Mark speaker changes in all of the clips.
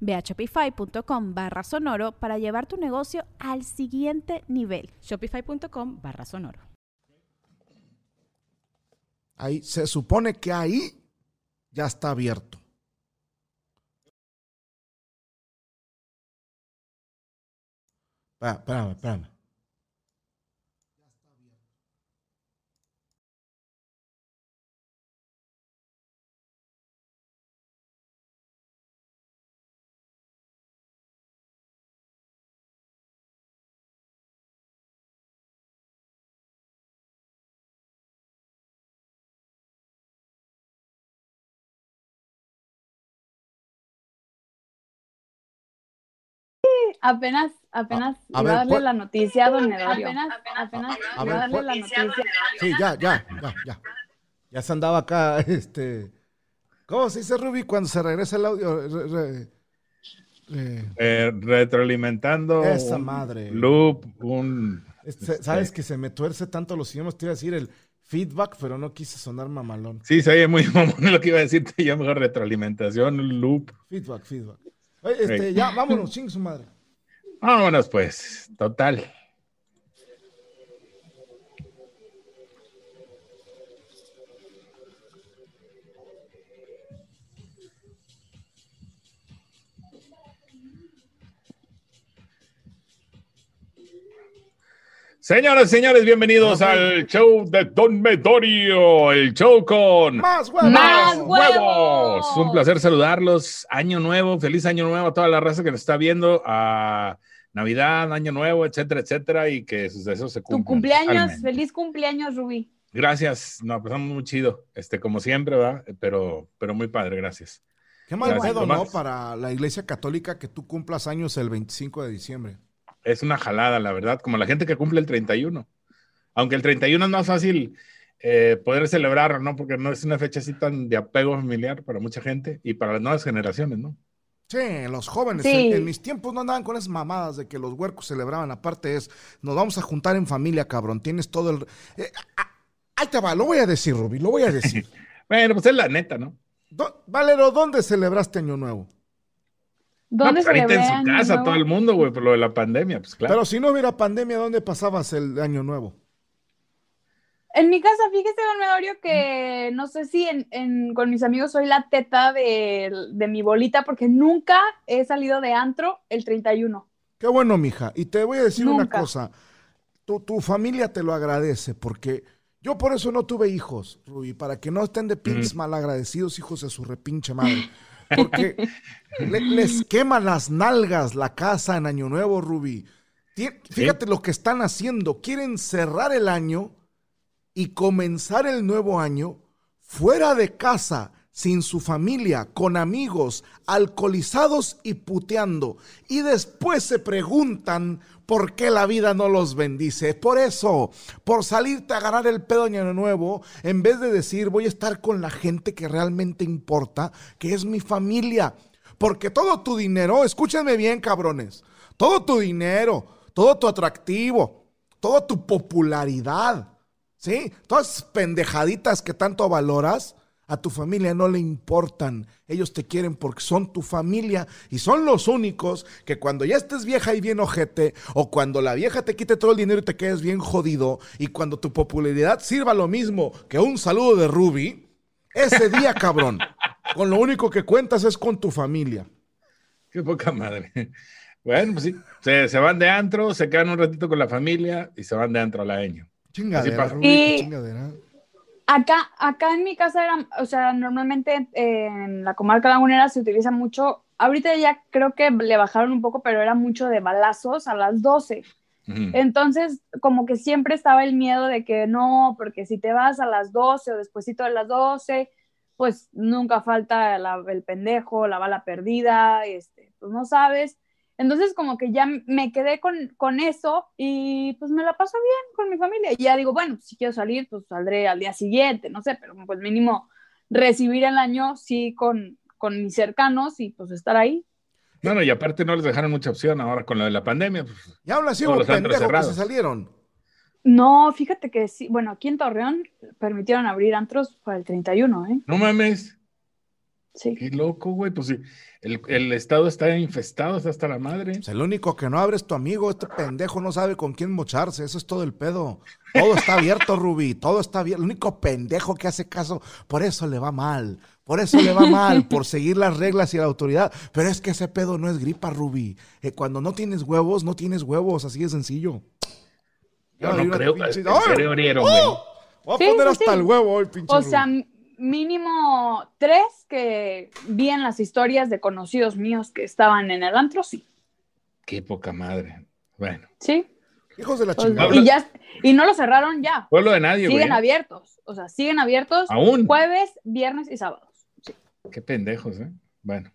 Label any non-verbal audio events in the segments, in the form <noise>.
Speaker 1: Ve a shopify.com barra sonoro para llevar tu negocio al siguiente nivel.
Speaker 2: Shopify.com barra sonoro.
Speaker 3: Ahí se supone que ahí ya está abierto. Pa- Espérame, espérame.
Speaker 4: apenas, apenas
Speaker 3: A- a
Speaker 4: iba a
Speaker 3: ver,
Speaker 4: darle
Speaker 3: ¿cuál-
Speaker 4: la noticia a don Eladio. Apenas,
Speaker 3: apenas
Speaker 4: apenas
Speaker 3: A- a
Speaker 4: iba a
Speaker 3: ver,
Speaker 4: darle
Speaker 3: ¿cuál-
Speaker 4: la noticia.
Speaker 3: Sí, ya, ya, ya, ya. Ya se andaba acá, <laughs> este. ¿Cómo se dice Ruby cuando se regresa el audio? Re- re- re-
Speaker 5: Eh, retroalimentando
Speaker 3: Esa
Speaker 5: un
Speaker 3: madre.
Speaker 5: loop, un
Speaker 3: este, Sabes que se me tuerce tanto los idiomas, te iba a decir el feedback, pero no quise sonar mamalón.
Speaker 5: sí se oye muy <laughs> mamón lo que iba a decirte yo mejor retroalimentación, loop.
Speaker 3: Feedback, feedback. Oye, este,
Speaker 5: Ey.
Speaker 3: ya, vámonos, ching su madre.
Speaker 5: Vámonos pues, total. Señoras y señores, bienvenidos al show de Don Medorio, el show con
Speaker 3: ¡Más huevos!
Speaker 4: ¡Más huevos!
Speaker 5: Un placer saludarlos. Año nuevo, feliz año nuevo a toda la raza que nos está viendo. A Navidad, año nuego, etcétera, etcétera, y que sus deseos se cumplan.
Speaker 4: Tu cumpleaños,
Speaker 5: totalmente.
Speaker 4: feliz cumpleaños, Rubí.
Speaker 5: Gracias, nos pasamos muy chido, este, como siempre, ¿verdad? Pero, pero muy padre, gracias.
Speaker 3: Qué mal
Speaker 5: Gracias,
Speaker 3: pedo,
Speaker 5: Tomás.
Speaker 3: ¿no? Para la iglesia católica que tú cumplas años el 25 de diciembre.
Speaker 5: Es una jalada, la verdad, como la gente que cumple el 31. Aunque el 31 es más fácil eh, poder celebrar, ¿no? Porque no es una fecha así tan de apego familiar para mucha gente y para las nuevas generaciones, ¿no?
Speaker 3: Che, los jóvenes,
Speaker 4: Sí.
Speaker 3: en, en mis tiempos no andaban con esas mamadas de que los huercos celebraban. Aparte es, nos vamos a juntar en familia, cabrón. Tienes todo el... eh, ah, ahí te va, lo voy a decir, Rubí, lo voy a decir.
Speaker 5: Bueno, pues es la neta, ¿no?
Speaker 3: Do- Valero, ¿dónde celebraste Año Nuevo?
Speaker 4: ¿Dónde
Speaker 5: no, pues ahorita en
Speaker 4: celebran
Speaker 5: su
Speaker 4: el
Speaker 5: casa
Speaker 4: nuevo?
Speaker 5: todo el mundo, güey, por lo de la pandemia, pues claro.
Speaker 3: Pero si no hubiera pandemia, ¿dónde pasabas el Año Nuevo?
Speaker 4: En mi casa, fíjese, don Medorio, que no sé si en, en- con mis amigos soy la teta de, de mi bolita, porque nunca he salido de antro el 31.
Speaker 3: Qué bueno, mija. Y te voy a decir una
Speaker 4: Nunca.
Speaker 3: cosa. Tu, tu familia te lo agradece porque yo por eso no tuve hijos, Rubí, para que no estén de pinches malagradecidos hijos de su repinche madre. Porque le- les quema las nalgas la casa en Año Nuevo, Rubí. Tien- Fíjate lo que están haciendo. Quieren cerrar el año y comenzar el nuevo año fuera de casa, sin su familia, con amigos, alcoholizados y puteando. Y después se preguntan por qué la vida no los bendice. Por eso, por salirte a ganar el pedo año nuevo, en vez de decir voy a estar con la gente que realmente importa, que es mi familia. Porque todo tu dinero, escúchenme bien, cabrones, todo tu dinero, todo tu atractivo, toda tu popularidad, ¿sí? Todas esas pendejaditas que tanto valoras, a tu familia no le importan. Ellos te quieren porque son tu familia y son los únicos que cuando ya estés vieja y bien ojete, o cuando la vieja te quite todo el dinero y te quedes bien jodido, y cuando tu popularidad sirva lo mismo que un saludo de Ruby, ese
Speaker 5: <laughs>
Speaker 3: día, cabrón, con lo único que cuentas es con tu familia.
Speaker 5: Qué poca madre. <laughs> Bueno, pues sí. Se, se van de antro, se quedan un ratito con la familia y se van de antro al año.
Speaker 3: Chingadera,
Speaker 5: pasa.
Speaker 3: Ruby,
Speaker 4: Y-
Speaker 3: qué chingadera.
Speaker 4: Acá, acá en mi casa era, o sea, normalmente en la comarca lagunera se utiliza mucho, ahorita ya creo que le bajaron un poco, pero era mucho de balazos a las 12.
Speaker 5: Ujú.
Speaker 4: Entonces, como que siempre estaba el miedo de que no, porque si te vas a las 12 o despuesito de las 12, pues nunca falta la- el pendejo, la bala perdida, este, pues no sabes. Entonces, como que ya me quedé con, con eso y pues me la paso bien con mi familia. Y ya digo, bueno, si quiero salir, pues saldré al día siguiente, no sé, pero pues mínimo recibir el año sí con, con mis cercanos y pues estar ahí.
Speaker 5: No, no, y aparte no les dejaron mucha opción ahora con lo de la pandemia. pues,
Speaker 3: Y habla así
Speaker 5: Todos
Speaker 3: como
Speaker 5: los
Speaker 3: pendejos
Speaker 5: antros
Speaker 3: que se
Speaker 5: cerrados.
Speaker 3: salieron.
Speaker 4: No, fíjate que sí, bueno, aquí en Torreón permitieron abrir antros para el 31, ¿eh?
Speaker 5: no mames.
Speaker 4: Sí.
Speaker 5: Qué loco, güey. Pues sí, el, el estado está infestado, está hasta la madre.
Speaker 3: O sea, el único que no abre es tu amigo. Este pendejo no sabe con quién mocharse. Eso es todo el pedo. Todo está abierto, Ruby. Todo está abierto. El único pendejo que hace caso. Por eso le va mal. Por eso le va mal. Por seguir las reglas y la autoridad. Pero es que ese pedo no es gripa, Ruby. Eh, cuando no tienes huevos, no tienes huevos. Así de sencillo.
Speaker 5: Yo
Speaker 3: Ay,
Speaker 5: no
Speaker 3: una
Speaker 5: creo que
Speaker 3: pinche-
Speaker 5: en
Speaker 3: ¡Ay!
Speaker 5: serio abrieron, güey.
Speaker 3: Voy a
Speaker 4: Sí,
Speaker 3: poner
Speaker 4: sí,
Speaker 3: hasta
Speaker 4: sí.
Speaker 3: el huevo hoy, pinche.
Speaker 4: O
Speaker 3: Ruby.
Speaker 4: sea, m- mínimo tres que vi en las historias de conocidos míos que estaban en el antro, sí.
Speaker 5: Qué poca madre. Bueno,
Speaker 4: Sí.
Speaker 3: hijos de la
Speaker 4: O-
Speaker 3: Ah, chingada.
Speaker 4: y ya y no lo cerraron ya.
Speaker 5: pueblo de nadie, güey. ¿eh?
Speaker 4: Siguen abiertos. O sea, siguen
Speaker 3: Ah,
Speaker 4: abiertos
Speaker 5: Aún.
Speaker 4: jueves, viernes y sábados. Sí.
Speaker 5: Qué pendejos, ¿eh? Bueno.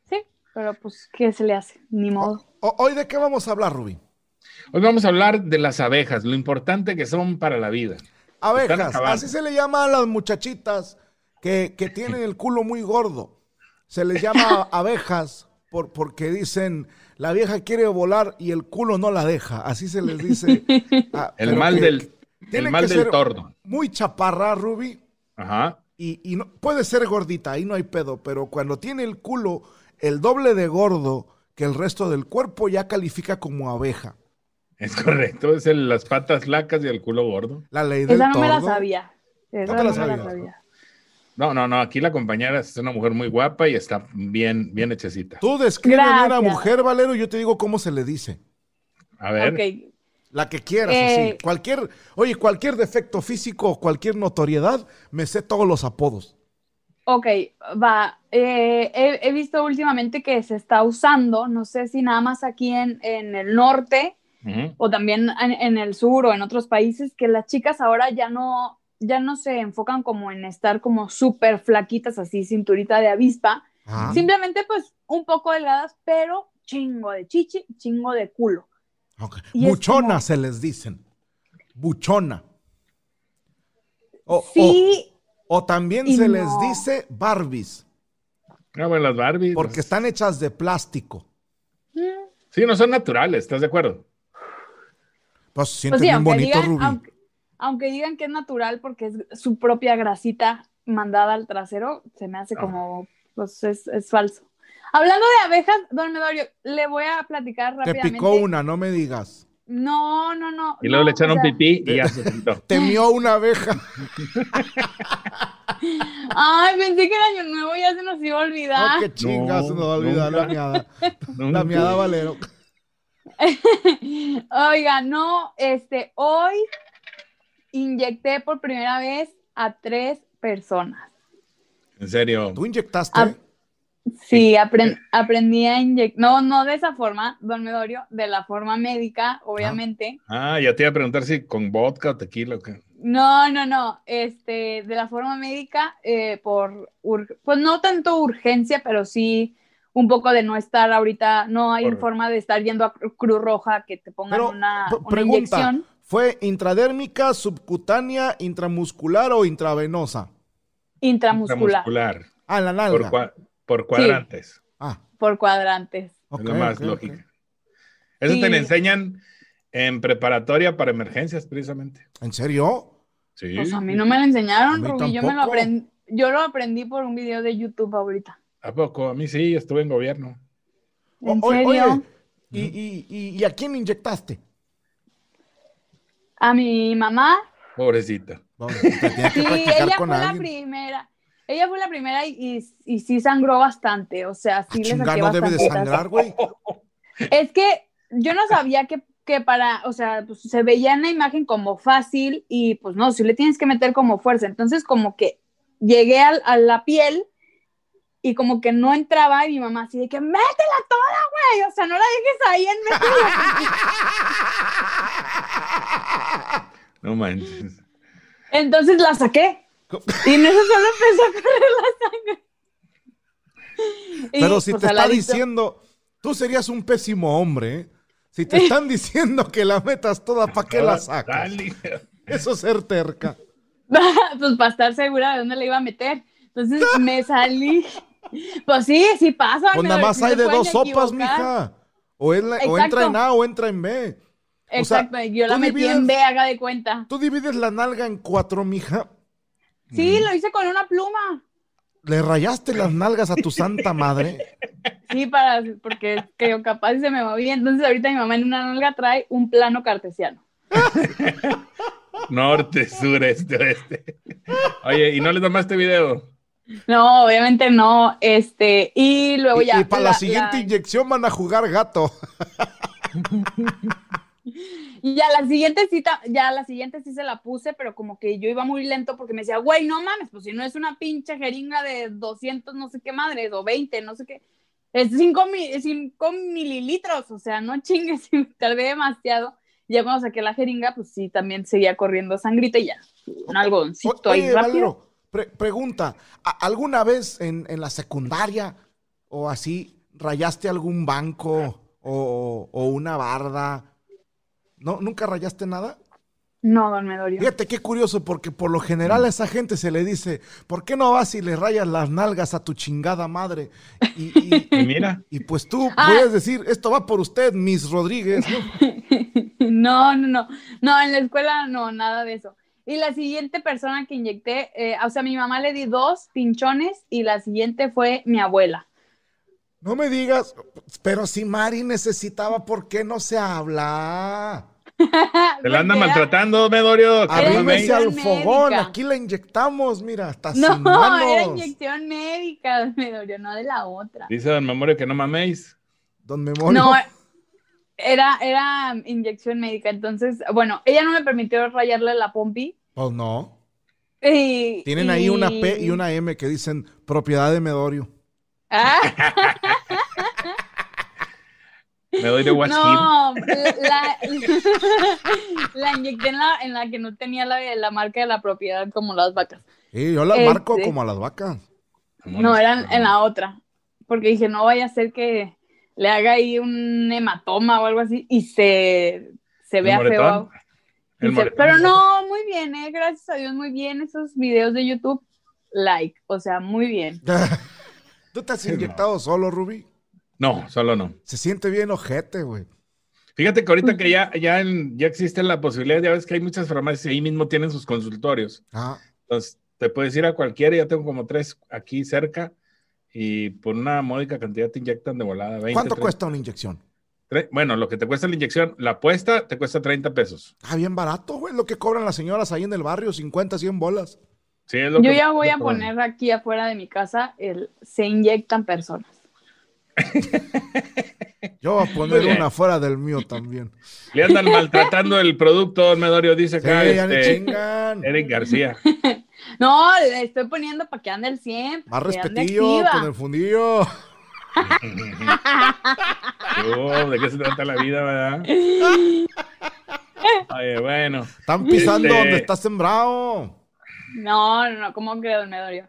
Speaker 4: Pero pues, ¿qué se le hace? Ni modo.
Speaker 3: O- Hoy de qué vamos a hablar, Ruby.
Speaker 5: Hoy vamos a hablar de las abejas, lo importante que son para la vida. Están
Speaker 3: Abejas,
Speaker 5: acabando.
Speaker 3: así se le llama a las muchachitas que, que tienen el culo muy gordo. Se les
Speaker 5: <laughs>
Speaker 3: llama abejas por, porque dicen, la vieja quiere volar y el culo no la deja. Así se les dice.
Speaker 5: <laughs>
Speaker 3: Ah,
Speaker 5: El
Speaker 3: pero
Speaker 5: mal
Speaker 3: que-
Speaker 5: del,
Speaker 3: tiene
Speaker 5: el mal
Speaker 3: que
Speaker 5: del
Speaker 3: ser
Speaker 5: tordo.
Speaker 3: Muy chaparra, Ruby.
Speaker 5: Ajá.
Speaker 3: Y, y no, puede ser gordita, ahí no hay pedo, pero cuando tiene el culo el doble de gordo que el resto del cuerpo, ya califica como abeja.
Speaker 5: Es correcto, es el- las patas flacas y el culo gordo.
Speaker 3: La ley del
Speaker 4: Esa no me la
Speaker 3: tordo.
Speaker 4: sabía.
Speaker 3: No
Speaker 4: Esa
Speaker 3: te la
Speaker 4: no me la
Speaker 3: sabías,
Speaker 4: sabía.
Speaker 5: No, no, no, aquí la compañera es una mujer muy guapa y está bien, bien hechecita.
Speaker 3: Tú describe bien a una
Speaker 4: Gracias.
Speaker 3: mujer, Valero, y yo te digo cómo se le dice.
Speaker 5: A ver,
Speaker 4: Ok,
Speaker 3: La que quieras,
Speaker 4: Eh.
Speaker 3: así. Cualquier, oye, cualquier defecto físico o cualquier notoriedad, me sé todos los apodos.
Speaker 4: Ok, va. Eh, he, he visto últimamente que se está usando, no sé si nada más aquí en, en el norte
Speaker 5: Ujú.
Speaker 4: o también en, en el sur o en otros países, que las chicas ahora ya no, ya no se enfocan como en estar como súper flaquitas, así cinturita de avispa,
Speaker 3: Ah.
Speaker 4: simplemente pues un poco delgadas, pero chingo de chichi, chingo de culo.
Speaker 3: Ok.
Speaker 4: Y es
Speaker 3: Buchona
Speaker 4: como-
Speaker 3: se les dicen. Buchona. O, o-
Speaker 4: Sí,
Speaker 3: o también
Speaker 4: y
Speaker 3: se
Speaker 4: no.
Speaker 3: les dice Barbies,
Speaker 5: Ah, bueno, las Barbies.
Speaker 3: porque
Speaker 5: las-
Speaker 3: están hechas de plástico.
Speaker 4: mm,
Speaker 5: Sí, no son naturales, ¿estás de acuerdo?
Speaker 3: Pues se siente
Speaker 4: pues sí,
Speaker 3: bien
Speaker 4: aunque
Speaker 3: bonito,
Speaker 4: digan,
Speaker 3: Rubí.
Speaker 4: aunque- aunque digan que es natural porque es su propia grasita mandada al trasero, se me hace
Speaker 5: Ah.
Speaker 4: como, pues es, es falso. Hablando de abejas, don Medorio, le voy a platicar
Speaker 3: Te
Speaker 4: rápidamente.
Speaker 3: picó una, no me digas.
Speaker 4: No, no, no.
Speaker 5: Y luego
Speaker 4: no,
Speaker 5: le
Speaker 4: o
Speaker 5: echaron
Speaker 4: sea,
Speaker 5: pipí y ya se quitó.
Speaker 3: Te mió una abeja.
Speaker 4: <laughs>
Speaker 3: <laughs>
Speaker 4: Ay, pensé que el año nuevo ya se nos iba a
Speaker 3: No,
Speaker 4: olvidar.
Speaker 3: Oh, qué chingas, se nos va a olvidar la
Speaker 5: nunca.
Speaker 3: miada. <laughs> La miada, Valero.
Speaker 4: <laughs> Oiga, no, este, hoy inyecté por primera vez a tres personas.
Speaker 5: En serio.
Speaker 3: Tú inyectaste.
Speaker 4: Ah, Sí, apren- aprendí a inyectar. No, no de esa forma, don Medorio, de la forma médica, obviamente.
Speaker 5: Ah, ya te iba a preguntar si con vodka o tequila o qué.
Speaker 4: No, no, no. Este, de la forma médica, eh, por ur- pues no tanto urgencia, pero sí un poco de no estar ahorita, no hay
Speaker 5: Correcto.
Speaker 4: forma de estar yendo a Cru- Cruz Roja que te pongan
Speaker 3: Pero,
Speaker 4: una,
Speaker 3: p-
Speaker 4: una
Speaker 3: pregunta,
Speaker 4: inyección.
Speaker 3: ¿Fue intradérmica, subcutánea, intramuscular o intravenosa?
Speaker 4: Intramuscular,
Speaker 5: Muscular.
Speaker 3: Ah, en la
Speaker 5: Por,
Speaker 3: nalga.
Speaker 5: cua- por cuadrantes.
Speaker 3: Ah,
Speaker 4: por cuadrantes.
Speaker 5: Es
Speaker 3: ok,
Speaker 5: lo más
Speaker 3: ok, ok.
Speaker 5: lógico. Eso
Speaker 4: Sí.
Speaker 5: te lo enseñan en preparatoria para emergencias, precisamente.
Speaker 3: ¿En serio?
Speaker 5: Sí.
Speaker 4: Pues a mí no me lo enseñaron,
Speaker 3: A mí
Speaker 4: Rubí, yo me lo
Speaker 3: tampoco.
Speaker 4: aprendí, yo lo aprendí por un video de YouTube ahorita.
Speaker 5: ¿A poco? A mí sí, estuve en gobierno.
Speaker 4: ¿En
Speaker 3: O- oye,
Speaker 4: serio?
Speaker 3: oye, ¿y, y, y- y a quién inyectaste?
Speaker 4: A mi mamá
Speaker 5: Pobrecita.
Speaker 4: <laughs>
Speaker 3: Vamos, te tienes que
Speaker 4: Sí,
Speaker 3: practicar
Speaker 4: ella
Speaker 3: con
Speaker 4: fue la
Speaker 3: alguien.
Speaker 4: primera. Ella fue la primera y, y, y sí sangró bastante. O sea,
Speaker 3: Ah,
Speaker 4: sí le
Speaker 3: chinga,
Speaker 4: saqué <laughs>
Speaker 3: no debe de
Speaker 4: bastantitas.
Speaker 3: sangrar, güey.
Speaker 4: Es que yo no sabía que que para, o sea, pues, se veía en la imagen como fácil y pues no, si le tienes que meter como fuerza. Entonces como que llegué al- a la piel y como que no entraba y mi mamá así de que métela toda, güey, o sea, no la dejes ahí en medio.
Speaker 5: No manches.
Speaker 4: Entonces la saqué. Y en eso solo empezó a correr la sangre. Y,
Speaker 3: Pero si
Speaker 4: pues,
Speaker 3: te
Speaker 4: al
Speaker 3: está
Speaker 4: ladito-
Speaker 3: diciendo, tú serías un pésimo hombre, ¿eh? Si
Speaker 4: <laughs>
Speaker 3: te están diciendo que la metas toda, ¿para qué la sacas?
Speaker 5: Ah, Dale.
Speaker 3: Eso es ser
Speaker 4: <laughs>
Speaker 3: terca.
Speaker 4: pues para estar segura de dónde la iba a meter. Entonces
Speaker 3: <laughs>
Speaker 4: me salí. Pues sí, sí pasa.
Speaker 3: Pues
Speaker 4: me-
Speaker 3: nada más
Speaker 4: sí
Speaker 3: hay
Speaker 4: se
Speaker 3: de
Speaker 4: pueden
Speaker 3: dos sopas,
Speaker 4: equivocar.
Speaker 3: mija. O, en la- o entra en
Speaker 4: Exacto.
Speaker 3: A o entra en B. o sea,
Speaker 4: Exacto, yo la
Speaker 3: tú
Speaker 4: metí
Speaker 3: divides-
Speaker 4: en B, haga de cuenta.
Speaker 3: Tú divides la nalga en cuatro, mija.
Speaker 4: Sí, lo hice con una pluma.
Speaker 3: ¿Le rayaste las nalgas a tu santa madre?
Speaker 4: Sí, para, porque creo capaz se me movía. Entonces ahorita mi mamá en una nalga trae un plano cartesiano.
Speaker 5: Norte, sur, este, oeste. Oye, ¿y no les tomaste video?
Speaker 4: No, obviamente no. Este, y <laughs> luego
Speaker 3: Y,
Speaker 4: ya.
Speaker 3: y para la, siguiente inyección van a jugar gato.
Speaker 4: Y ya la siguiente cita, ya la siguiente sí se la puse, pero como que yo iba muy lento porque me decía, güey, no mames, pues si no es una pinche jeringa de 200 no sé qué madres o 20, no sé qué, es 5, mililitros, o sea, no chingues, <laughs> y me tardé demasiado. Ya cuando saqué la jeringa, pues sí, también seguía corriendo sangrita y ya, un
Speaker 3: O-
Speaker 4: algodoncito ahí
Speaker 3: Oye,
Speaker 4: rápido.
Speaker 3: Valero, pre- pregunta, ¿a- ¿alguna vez en, en la secundaria o así rayaste algún banco o, o una barda? ¿No, ¿Nunca rayaste nada?
Speaker 4: No, don Medorio.
Speaker 3: Fíjate qué curioso, porque por lo general a esa gente se le dice, ¿por qué no vas y le rayas las nalgas a tu chingada madre? Y, y-
Speaker 5: Y mira,
Speaker 3: y pues tú
Speaker 4: Ah.
Speaker 3: puedes decir, esto va por usted, Miss Rodríguez. ¿no?
Speaker 4: No, no, no. No, en la escuela no, nada de eso. Y la siguiente persona que inyecté, eh, o sea, a mi mamá le di dos pinchones y la siguiente fue mi abuela.
Speaker 3: No me digas, pero si Mari necesitaba, ¿por qué no se habla?
Speaker 5: te
Speaker 4: Porque
Speaker 5: la andan
Speaker 4: era-
Speaker 5: maltratando, Medorio. Carmen May.
Speaker 3: Arrímese al
Speaker 4: inyección
Speaker 3: fogón,
Speaker 4: médica.
Speaker 3: aquí la inyectamos, mira, hasta sin
Speaker 4: No,
Speaker 3: manos.
Speaker 4: era inyección médica, me dolió, no de la otra.
Speaker 5: Dice Don Memorio que no maméis.
Speaker 3: Don Memorio.
Speaker 4: No, era, era inyección médica. Entonces, bueno, ella no me permitió rayarle la pompi.
Speaker 3: Pues no.
Speaker 4: y-
Speaker 3: Tienen ahí una
Speaker 4: y-
Speaker 3: P y una M que dicen propiedad de Medorio.
Speaker 4: Ah.
Speaker 5: Me doy de guachín. <laughs>
Speaker 4: No, la, la <laughs> inyecté en la, en la que no tenía la, la marca de la propiedad como las vacas.
Speaker 3: Sí, yo las
Speaker 4: Este.
Speaker 3: marco como a las vacas. <laughs>
Speaker 4: No, eran en la otra. Porque dije, no vaya a ser que le haga ahí un hematoma o algo así y se, se
Speaker 5: ¿El
Speaker 4: vea
Speaker 5: moretón?
Speaker 4: feo. Y
Speaker 5: El
Speaker 4: se-
Speaker 5: moretón.
Speaker 4: pero no, muy bien, eh, gracias a Dios, muy bien. Esos videos de YouTube, like, o sea, muy bien.
Speaker 3: ¿Tú te has
Speaker 5: Sí, no.
Speaker 3: inyectado solo, Ruby?
Speaker 5: No, solo no.
Speaker 3: Se siente bien ojete, güey.
Speaker 5: Fíjate que ahorita que ya, ya, en- ya existe la posibilidad, ya ves que hay muchas farmacias y ahí mismo tienen sus consultorios.
Speaker 3: Ah,
Speaker 5: Entonces, te puedes ir a cualquiera, ya tengo como tres aquí cerca y por una módica cantidad te inyectan de volada. 20,
Speaker 3: ¿Cuánto
Speaker 5: 30,
Speaker 3: cuesta una inyección?
Speaker 5: tre- bueno, lo que te cuesta la inyección, la puesta te cuesta 30 pesos.
Speaker 3: Ah, bien barato, güey. Lo que cobran las señoras ahí en el barrio, 50, 100 bolas.
Speaker 5: Sí, es lo
Speaker 4: Yo
Speaker 5: que-
Speaker 4: ya voy
Speaker 5: lo
Speaker 4: a
Speaker 5: que vale.
Speaker 4: poner aquí afuera de mi casa el se inyectan personas.
Speaker 3: Yo voy a poner
Speaker 5: Muy bien.
Speaker 3: una fuera del mío
Speaker 5: <laughs>
Speaker 3: también.
Speaker 5: Le andan maltratando el producto, don Medorio, dice
Speaker 3: Sí,
Speaker 5: acá
Speaker 3: ya ni
Speaker 5: este,
Speaker 3: chingan.
Speaker 5: Eric García.
Speaker 4: No, le estoy poniendo para que ande el 100.
Speaker 3: Más
Speaker 4: para que ande
Speaker 3: respetillo pues,
Speaker 4: activa.
Speaker 3: con el fundillo.
Speaker 5: Oh, ¿De qué se trata la
Speaker 4: <laughs>
Speaker 5: vida, verdad? Oye, bueno.
Speaker 3: Están pisando
Speaker 5: Este-
Speaker 3: donde está sembrado.
Speaker 4: No, no, no, ¿cómo creo, me dolió.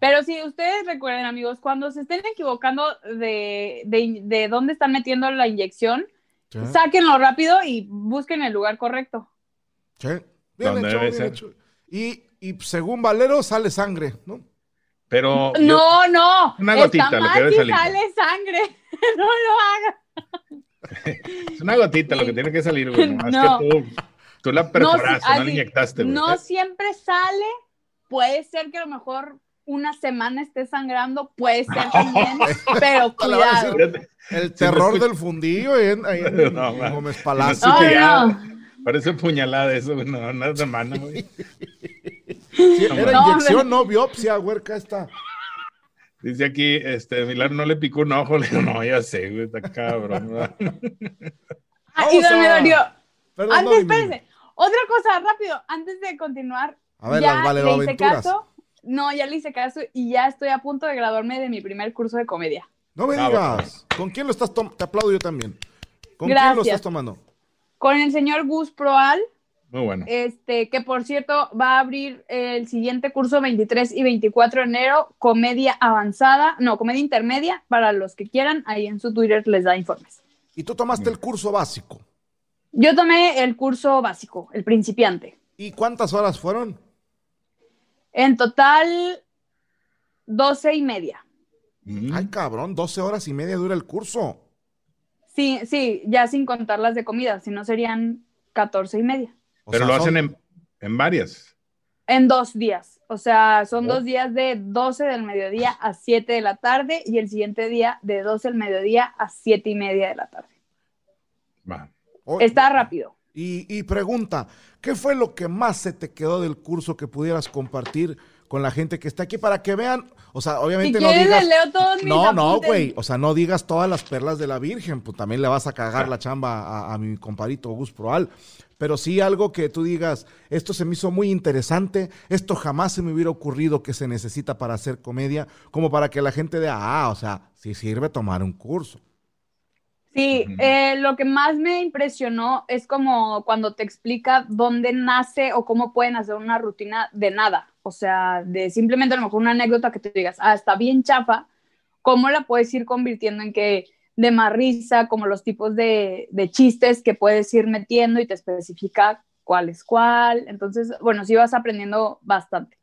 Speaker 4: Pero si ustedes recuerden, amigos, cuando se estén equivocando de, de, de dónde están metiendo la inyección,
Speaker 3: Sí,
Speaker 4: sáquenlo rápido y busquen el lugar correcto.
Speaker 3: sí. Bien
Speaker 5: Donde
Speaker 3: hecho,
Speaker 5: debe
Speaker 3: bien
Speaker 5: ser.
Speaker 3: hecho. Y, y según Valero sale sangre, ¿no?
Speaker 5: Pero yo-
Speaker 4: No, no.
Speaker 5: Una
Speaker 4: está
Speaker 5: gotita, lo que
Speaker 4: mal
Speaker 5: debe
Speaker 4: si
Speaker 5: salir.
Speaker 4: sale sangre. <laughs> No lo hagan.
Speaker 5: es una gotita lo que tiene que salir, güey. nomás
Speaker 4: No.
Speaker 5: que tú, tú la perforaste, no,
Speaker 4: así,
Speaker 5: la inyectaste, güey.
Speaker 4: No siempre sale. Puede ser que a lo mejor una semana esté sangrando, puede
Speaker 5: <laughs>
Speaker 4: ser también, pero
Speaker 3: Le van a decir,
Speaker 4: cuidado.
Speaker 5: Fíjate.
Speaker 3: El
Speaker 5: Sí, no
Speaker 3: terror
Speaker 5: escucho.
Speaker 3: del fundillo ahí en, ahí
Speaker 5: <laughs>
Speaker 3: en
Speaker 5: No, man.
Speaker 3: Gómez
Speaker 5: Así
Speaker 3: Palacio.
Speaker 4: No,
Speaker 5: que
Speaker 4: no,
Speaker 5: ya,
Speaker 4: no.
Speaker 5: Parece puñalada eso, güey, no, una semana, güey.
Speaker 3: Sí,
Speaker 5: No,
Speaker 3: era
Speaker 4: man.
Speaker 3: inyección, no biopsia, huerca esta.
Speaker 5: Dice aquí, este, Milán no le picó un ojo, le digo, no, ya sé, güey, está cabrón. ¿verdad?
Speaker 4: Ah, y no me
Speaker 3: a-
Speaker 4: dolió.
Speaker 3: Perdón,
Speaker 4: Antes,
Speaker 3: Domi,
Speaker 4: espérense. Otra cosa, rápido, antes de continuar,
Speaker 3: A ver,
Speaker 4: ya
Speaker 3: las Valero
Speaker 4: le hice
Speaker 3: Aventuras.
Speaker 4: caso. No, ya le hice caso y ya estoy a punto de graduarme de mi primer curso de comedia.
Speaker 3: No me
Speaker 5: Bravo.
Speaker 3: digas. ¿Con quién lo estás tomando? Te aplaudo yo también. ¿Con quién lo
Speaker 4: Gracias.
Speaker 3: estás tomando?
Speaker 4: Con el señor Gus Proal,
Speaker 5: Muy bueno.
Speaker 3: Eh,
Speaker 4: este, que por cierto va a abrir el siguiente curso 23 y 24 de enero, comedia avanzada, no, comedia intermedia, para los que quieran, ahí en su Twitter les da informes.
Speaker 3: Y tú tomaste el curso básico.
Speaker 4: Yo tomé el curso básico, el principiante.
Speaker 3: ¿Y cuántas horas fueron?
Speaker 4: En total, 12 y media.
Speaker 5: Mm.
Speaker 3: Ay, cabrón, 12 horas y media dura el curso.
Speaker 4: Sí, sí, ya sin contar las de comida, si no serían 14 y media.
Speaker 3: O
Speaker 5: Pero
Speaker 3: sea,
Speaker 5: lo
Speaker 3: son-
Speaker 5: hacen en, en varias.
Speaker 4: En dos días. O sea, son
Speaker 5: Oh.
Speaker 4: dos días de 12 del mediodía a 7 de la tarde y el siguiente día de 12 del mediodía a 7 y media de la tarde.
Speaker 5: Va.
Speaker 3: o-
Speaker 4: Está rápido.
Speaker 3: Y, y pregunta, ¿qué fue lo que más se te quedó del curso que pudieras compartir con la gente que está aquí para que vean? O sea,
Speaker 4: Si
Speaker 3: obviamente no
Speaker 4: quieres,
Speaker 3: digas...
Speaker 4: les leo todos mis
Speaker 3: No, no,
Speaker 4: apuntes.
Speaker 3: güey. O sea, no digas todas las perlas de la Virgen, pues también le vas a cagar la chamba a, a mi compadrito Gus Proal. Pero sí algo que tú digas, esto se me hizo muy interesante, esto jamás se me hubiera ocurrido que se necesita para hacer comedia, como para que la gente vea, ah, o sea, sí sirve tomar un curso.
Speaker 4: Sí,
Speaker 5: Ujú.
Speaker 4: eh, lo que más me impresionó es como cuando te explica dónde nace o cómo pueden hacer una rutina de nada. O sea, de simplemente a lo mejor una anécdota que tú digas, ah, está bien chafa, cómo la puedes ir convirtiendo en que de más risa, como los tipos de, de chistes que puedes ir metiendo y te especifica cuál es cuál. Entonces, bueno, sí vas aprendiendo bastante.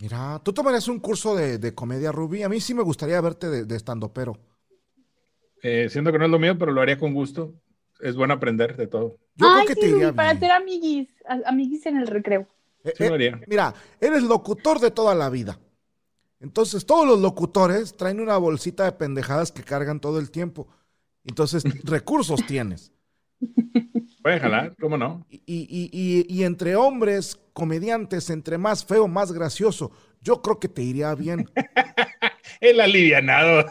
Speaker 3: Mira, tú tomarías un curso de, de comedia Rubí. A mí sí me gustaría verte de, de pero
Speaker 5: Eh, siento que no es lo mío, pero lo haría con gusto. Es bueno aprender de todo.
Speaker 3: Yo
Speaker 4: Ay,
Speaker 3: creo que
Speaker 4: sí,
Speaker 3: te iría
Speaker 4: para
Speaker 3: bien.
Speaker 4: ser amiguis, a- amiguis en el recreo.
Speaker 3: Eh,
Speaker 5: Sí,
Speaker 3: eh,
Speaker 5: lo haría.
Speaker 3: Mira, eres locutor de toda la vida. Entonces, todos los locutores traen una bolsita de pendejadas que cargan todo el tiempo.
Speaker 5: <laughs>
Speaker 3: Entonces, recursos tienes.
Speaker 5: Puede jalar, ¿cómo no?
Speaker 3: Y, y- y- y entre hombres, comediantes, entre más feo, más gracioso, yo creo que te iría
Speaker 5: <laughs>
Speaker 3: bien. <laughs>
Speaker 5: El alivianado.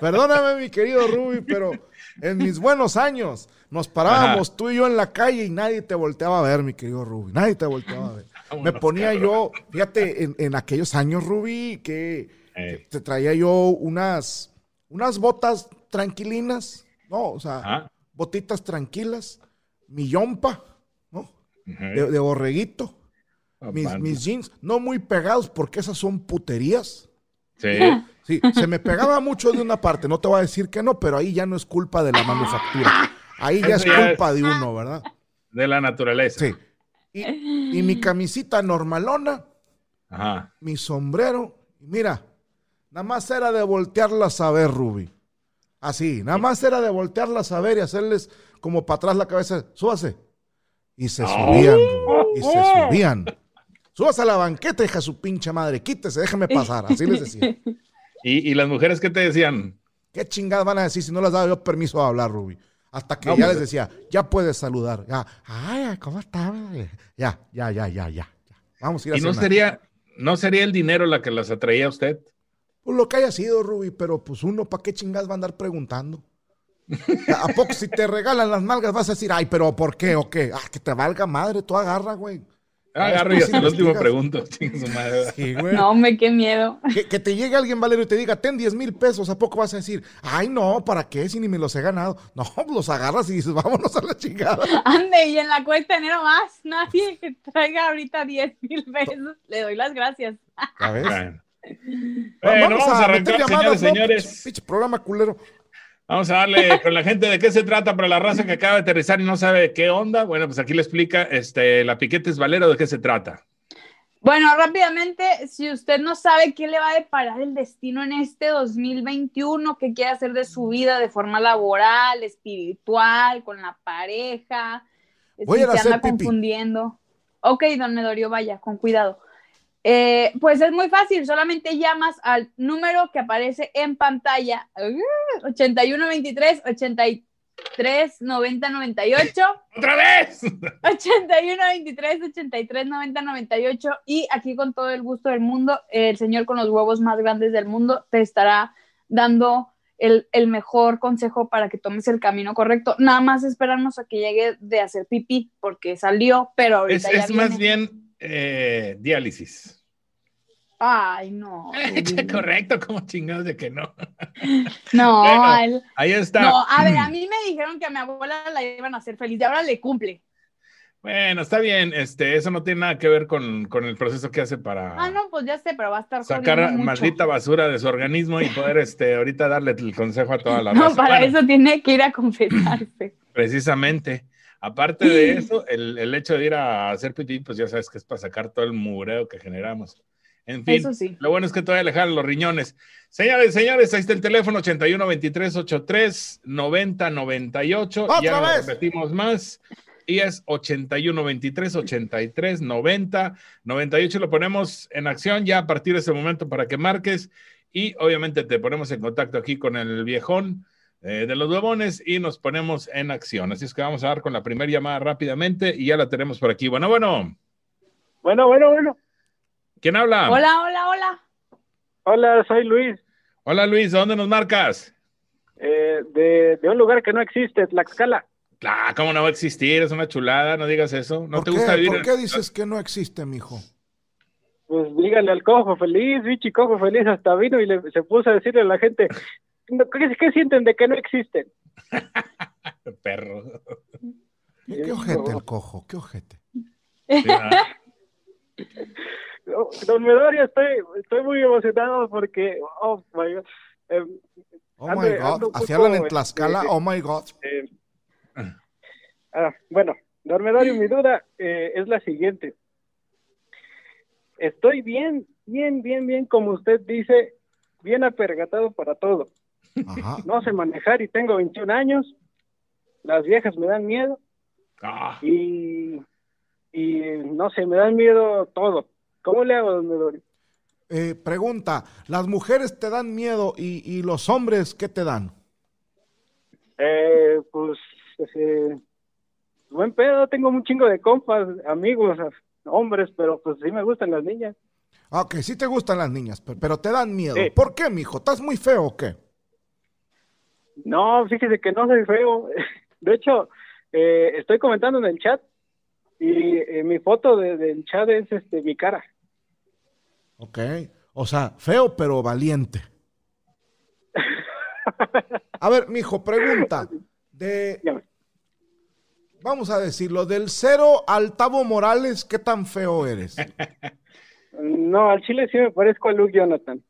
Speaker 3: Perdóname, mi querido Ruby, pero en mis buenos años nos parábamos tú y yo en la calle y nadie te volteaba a ver, mi querido Ruby. Nadie te volteaba a ver. Me
Speaker 5: <laughs> Vámonos,
Speaker 3: ponía
Speaker 5: cabrón.
Speaker 3: yo, fíjate, en, en aquellos años, Ruby, que...
Speaker 5: Eh,
Speaker 3: te traía yo unas, unas botas tranquilinas, ¿no? O sea,
Speaker 5: ah,
Speaker 3: botitas tranquilas, mi yompa, ¿no?
Speaker 5: ujú.
Speaker 3: De, de borreguito,
Speaker 5: Ah,
Speaker 3: mis,
Speaker 5: pan.
Speaker 3: mis jeans, no muy pegados porque esas son puterías. <laughs>
Speaker 5: Sí.
Speaker 3: Sí, se me pegaba mucho de una parte, no te voy a decir que no, pero ahí ya no es culpa de la manufactura. Ahí ya es
Speaker 5: Eso ya es-
Speaker 3: culpa de uno, ¿verdad?
Speaker 5: De la naturaleza.
Speaker 3: Sí. Y, y mi camisita normalona,
Speaker 5: Ajá.
Speaker 3: mi sombrero. y Mira, nada más era de voltearlas a ver, Ruby. Así, nada más era de voltearlas a ver y hacerles como para atrás la cabeza. Súbase. Y se subían, Ruby, y se subían. Súbase a la banqueta, hija de su pinche madre. Quítese, déjame pasar. Así les
Speaker 5: <laughs>
Speaker 3: decía.
Speaker 5: ¿Y, y las mujeres qué te decían?
Speaker 3: ¿Qué chingadas van a decir si no les daba yo permiso de hablar, Ruby? Hasta que
Speaker 5: No,
Speaker 3: ya
Speaker 5: pues,
Speaker 3: les decía, ya puedes saludar. Ya, ay, ¿cómo estás? Ya, ya, ya, ya, ya. ya. Vamos a ir a
Speaker 5: ¿Y no
Speaker 3: cenar.
Speaker 5: sería, no sería el dinero la que las atraía a usted?
Speaker 3: Pues lo que haya sido, Ruby, pero pues uno, ¿para qué chingas va a andar preguntando? ¿A poco si te regalan las malgas vas a decir, ay, pero ¿por qué o qué? Ah, que te valga madre, tú agarra, güey.
Speaker 5: Ah, Agarro
Speaker 3: tú
Speaker 5: y
Speaker 3: sí
Speaker 5: hasta el último
Speaker 3: investigas.
Speaker 5: pregunto. <laughs> Chinga su madre.
Speaker 3: <laughs> Sí, güey.
Speaker 4: No, hombre, qué miedo.
Speaker 3: Que, que te llegue alguien, Valero, y te diga, ten 10 mil pesos, ¿a poco vas a decir, ay, no, ¿para qué? Si ni me los he ganado. No, pues, los agarras y dices, vámonos a la chingada.
Speaker 4: <laughs> Ande, y en la cuesta de enero más, nadie que traiga ahorita 10 mil pesos. Le doy las gracias.
Speaker 3: ¿Ya ves?
Speaker 5: Bueno. Bueno, vamos, a
Speaker 3: meter
Speaker 5: arrancar,
Speaker 3: llamadas,
Speaker 5: señores,
Speaker 3: ¿no?
Speaker 5: señores.
Speaker 3: Pinche programa culero.
Speaker 5: Vamos a darle con la gente de qué se trata para la raza que acaba de aterrizar y no sabe de qué onda. Bueno, pues aquí le explica este, la Piquetes Valero de qué se trata.
Speaker 4: Bueno, rápidamente, si usted no sabe qué le va a deparar el destino en este 2021, qué quiere hacer de su vida de forma laboral, espiritual, con la pareja, eh,
Speaker 3: Voy a ir
Speaker 4: si
Speaker 3: a
Speaker 4: se anda
Speaker 3: hacer pipí.
Speaker 4: confundiendo. Ok, don Medorio, vaya, con cuidado. Eh, pues es muy fácil, solamente llamas al número que aparece en pantalla, uh, 8123 83 90 98
Speaker 5: ¡Otra vez!
Speaker 4: 81 23 83 90 98 y aquí con todo el gusto del mundo el señor con los huevos más grandes del mundo te estará dando el, el mejor consejo para que tomes el camino correcto. Nada más esperarnos a que llegue de hacer pipí, porque salió, pero
Speaker 5: Es,
Speaker 4: ahorita ya
Speaker 5: es más
Speaker 4: viene.
Speaker 5: bien eh, diálisis.
Speaker 4: Ay,
Speaker 5: <laughs>
Speaker 4: no.
Speaker 5: Che, Correcto, como chingados de que no.
Speaker 4: No,
Speaker 5: Bueno,
Speaker 4: el-
Speaker 5: Ahí está.
Speaker 4: no, a
Speaker 5: <clears throat>
Speaker 4: ver, a mí me dijeron que a mi abuela la iban a hacer feliz, y ahora le cumple.
Speaker 5: Bueno, está bien. Este, eso no tiene nada que ver con, con el proceso que hace para
Speaker 4: Ah, no, pues ya sé, pero va a estar
Speaker 5: sacar
Speaker 4: jodiendo mucho.
Speaker 5: maldita basura de su organismo y
Speaker 4: <laughs>
Speaker 5: poder este, ahorita darle el consejo a toda la
Speaker 4: No,
Speaker 5: raza.
Speaker 4: para
Speaker 5: Bueno,
Speaker 4: eso tiene que ir a confesarse.
Speaker 5: Precisamente. Aparte de eso, el, el hecho de ir a hacer pipí, pues ya sabes que es para sacar todo el mureo que generamos. En fin,
Speaker 4: Eso sí.
Speaker 5: Lo bueno es que todavía le jalan los riñones. Señores, señores, ahí está el teléfono 81 23 83 90 98.
Speaker 3: ¡Otra
Speaker 5: ya no
Speaker 3: vez!
Speaker 5: repetimos más. Y es 81 23 83 90 98. Lo ponemos en acción ya a partir de ese momento para que marques. Y obviamente te ponemos en contacto aquí con el viejón eh, de los huevones y nos ponemos en acción. Así es que vamos a dar con la primera llamada rápidamente y ya la tenemos por aquí. Bueno, bueno,
Speaker 6: Bueno, bueno, bueno.
Speaker 5: ¿quién
Speaker 6: Ah.
Speaker 5: habla?
Speaker 4: Hola, hola, hola.
Speaker 6: Hola, soy Luis,
Speaker 5: Hola Luis, ¿de dónde nos marcas?
Speaker 6: eh, de, de un lugar que no existe, Tlaxcala.
Speaker 5: Ah, ¿cómo no va a existir? Es una chulada, no digas eso. ¿No
Speaker 3: ¿Por
Speaker 5: te
Speaker 3: qué?
Speaker 5: gusta vivir?
Speaker 3: ¿Por
Speaker 5: en-
Speaker 3: qué dices que no existe, mijo?
Speaker 6: Pues dígale al cojo feliz, bichi cojo feliz, hasta vino y le- se puso a decirle a la gente, "No, ¿qué, qué sienten de que no existen?
Speaker 5: Perro. <laughs>
Speaker 3: ¿Qué, qué ojete el cojo? ¿Qué ojete?
Speaker 5: Sí, ¿verdad?
Speaker 6: Oh, Don Medorio, estoy, estoy muy emocionado porque, oh my God, eh,
Speaker 3: Oh
Speaker 6: Ando-
Speaker 3: my
Speaker 6: ando
Speaker 3: God.
Speaker 6: un
Speaker 3: Así
Speaker 6: poco,
Speaker 3: hablan en
Speaker 6: este,
Speaker 3: Tlaxcala.
Speaker 6: de-
Speaker 3: Oh my God.
Speaker 6: eh, ah, bueno, Don Medorio, mi duda eh, es la siguiente. Estoy bien, bien, bien, bien, como usted dice, bien apergatado para todo.
Speaker 3: Ajá.
Speaker 6: no sé manejar y tengo 21 años, las viejas me dan miedo
Speaker 5: Ah,
Speaker 6: y, y no sé, me dan miedo todo. ¿Cómo le hago, don Medorio?
Speaker 3: Eh, pregunta, ¿las mujeres te dan miedo y, y los hombres qué te dan?
Speaker 6: Eh, pues, eh, buen pedo, tengo un chingo de compas, amigos, hombres, pero pues sí me gustan las niñas.
Speaker 3: Ah, Ok, sí te gustan las niñas, pe- pero te dan miedo.
Speaker 6: Sí.
Speaker 3: ¿Por qué, mijo? ¿Estás muy feo o qué?
Speaker 6: No, fíjese que no soy feo. <laughs> De hecho, eh, estoy comentando en el chat y eh, mi foto de- del chat es este mi cara.
Speaker 3: Ok. O sea, feo pero valiente. A ver, mijo, pregunta. De,
Speaker 6: Dígame.
Speaker 3: vamos a decirlo, del cero al Tavo Morales, ¿qué tan feo eres?
Speaker 6: No, al chile sí me parezco a Luke Jonathan.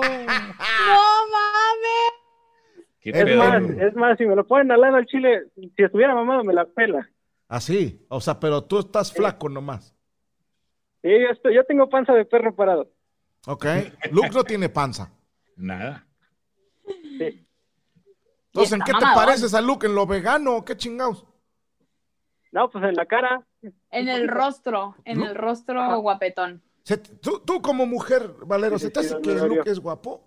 Speaker 4: No mames.
Speaker 5: qué
Speaker 3: Es
Speaker 6: Es
Speaker 5: pedo.
Speaker 6: más,
Speaker 3: Mm.
Speaker 6: es más, si me lo ponen al lado al chile, si estuviera mamado me la pela.
Speaker 3: Así, o sea, pero tú estás flaco nomás.
Speaker 6: Sí, yo, estoy- yo tengo panza de perro parado.
Speaker 3: Ok. Luke no tiene panza.
Speaker 5: Nada. <laughs>
Speaker 6: Sí.
Speaker 3: Entonces, ¿en
Speaker 4: está
Speaker 3: qué te
Speaker 4: mamadón.
Speaker 3: pareces a Luke? ¿En lo vegano? o ¿Qué chingados?
Speaker 6: No, pues en la cara.
Speaker 4: En el rostro, en el rostro guapetón.
Speaker 3: Se te- tú, tú como mujer, Valero,
Speaker 6: Sí,
Speaker 3: ¿se te
Speaker 6: sí,
Speaker 3: hace
Speaker 6: sí,
Speaker 3: que
Speaker 6: Valerio.
Speaker 3: Luke es guapo?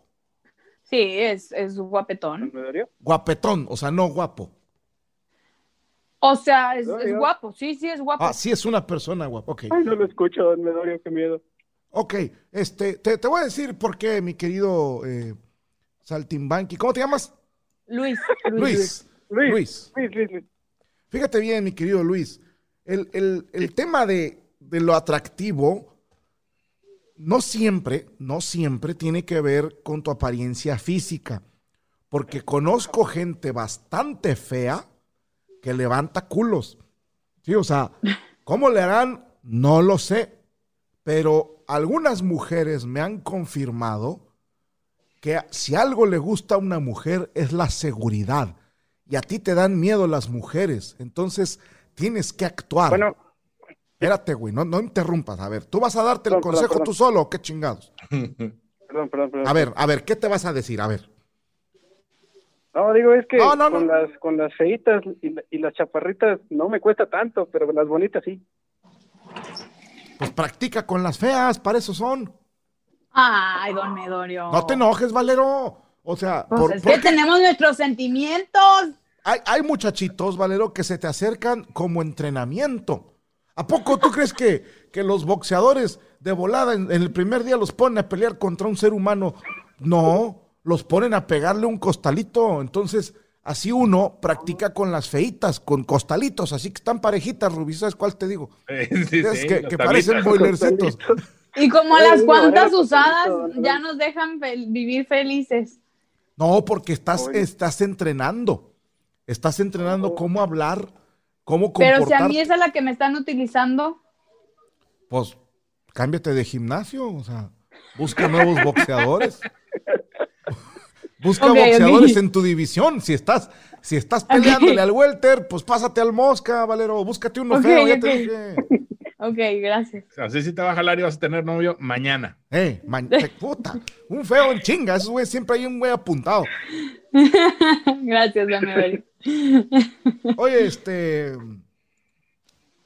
Speaker 4: Sí, es, es guapetón.
Speaker 6: ¿Me dolió?
Speaker 3: Guapetón, o sea, no guapo.
Speaker 4: O sea, es,
Speaker 6: No,
Speaker 4: es
Speaker 6: yo-
Speaker 4: guapo, sí, sí, es guapo.
Speaker 3: Ah, sí es una persona guapa. Ok,
Speaker 6: Ay, no lo escucho, don Medorio, qué miedo.
Speaker 3: ok. Este, te, te voy a decir por qué, mi querido eh, Saltimbanqui. ¿Cómo te llamas? <laughs>
Speaker 4: Luis, Luis, Luis.
Speaker 3: Luis.
Speaker 6: Luis,
Speaker 3: Luis.
Speaker 6: Luis, Luis, Luis.
Speaker 3: Fíjate bien, mi querido Luis. El, el- el tema de, de lo atractivo no siempre, no siempre tiene que ver con tu apariencia física. Porque conozco gente bastante fea que levanta culos. Sí, o sea, ¿cómo le harán? No lo sé. Pero algunas mujeres me han confirmado que si algo le gusta a una mujer es la seguridad. Y a ti te dan miedo las mujeres. Entonces tienes que actuar.
Speaker 6: Bueno,
Speaker 3: Espérate, güey, no, no interrumpas. A ver, ¿tú vas a darte el
Speaker 6: Perdón,
Speaker 3: consejo
Speaker 6: perdón,
Speaker 3: tú solo o qué chingados?
Speaker 6: perdón, perdón, perdón.
Speaker 3: A ver, a ver, ¿qué te vas a decir? A ver.
Speaker 6: No, digo, es que
Speaker 3: No, no,
Speaker 6: con,
Speaker 3: no.
Speaker 6: Las, con las feitas y, la- y las chaparritas no me cuesta tanto, pero las bonitas sí.
Speaker 3: Pues practica con las feas, para eso son.
Speaker 4: Ay, don Medorio.
Speaker 3: No te enojes, Valero. O sea,
Speaker 4: Pues
Speaker 3: por-
Speaker 4: es que
Speaker 3: porque
Speaker 4: tenemos nuestros sentimientos.
Speaker 3: hay, hay muchachitos, Valero, que se te acercan como entrenamiento. ¿A poco tú crees que, que los boxeadores de volada en, en el primer día los ponen a pelear contra un ser humano? No, los ponen a pegarle un costalito. Entonces, así uno practica con las feitas, con costalitos, así que están parejitas, Rubí, ¿sabes cuál te digo?
Speaker 5: Sí,
Speaker 3: Es
Speaker 5: sí,
Speaker 3: que,
Speaker 5: los
Speaker 3: que
Speaker 5: tablitas.
Speaker 3: parecen boilercitos.
Speaker 4: Y como a
Speaker 6: Ay,
Speaker 4: las
Speaker 6: no,
Speaker 4: cuantas
Speaker 6: era
Speaker 4: usadas
Speaker 6: perfecto,
Speaker 4: ya
Speaker 6: ¿no?
Speaker 4: nos dejan fel- vivir felices.
Speaker 3: No, porque estás,
Speaker 6: Oye.
Speaker 3: estás entrenando. Estás entrenando cómo hablar, cómo comportarte.
Speaker 4: Pero si a mí esa es la que me están utilizando,
Speaker 3: Pues cámbiate de gimnasio, o sea, busca nuevos
Speaker 4: <laughs>
Speaker 3: boxeadores. Busca
Speaker 4: Ok,
Speaker 3: boxeadores
Speaker 4: ok.
Speaker 3: en tu división. Si estás, si estás peleándole al Welter, pues pásate al Mosca, Valero. Búscate uno
Speaker 4: Ok,
Speaker 3: feo, ya te
Speaker 4: ok.
Speaker 3: dije.
Speaker 4: ok, gracias.
Speaker 5: <laughs>
Speaker 4: <laughs>
Speaker 5: Así sí te va a jalar y vas a tener novio mañana.
Speaker 3: Eh, ma- eh, puta, un feo en chinga. Esos güey siempre hay un güey apuntado.
Speaker 4: gracias, Daniel.
Speaker 3: Oye, este.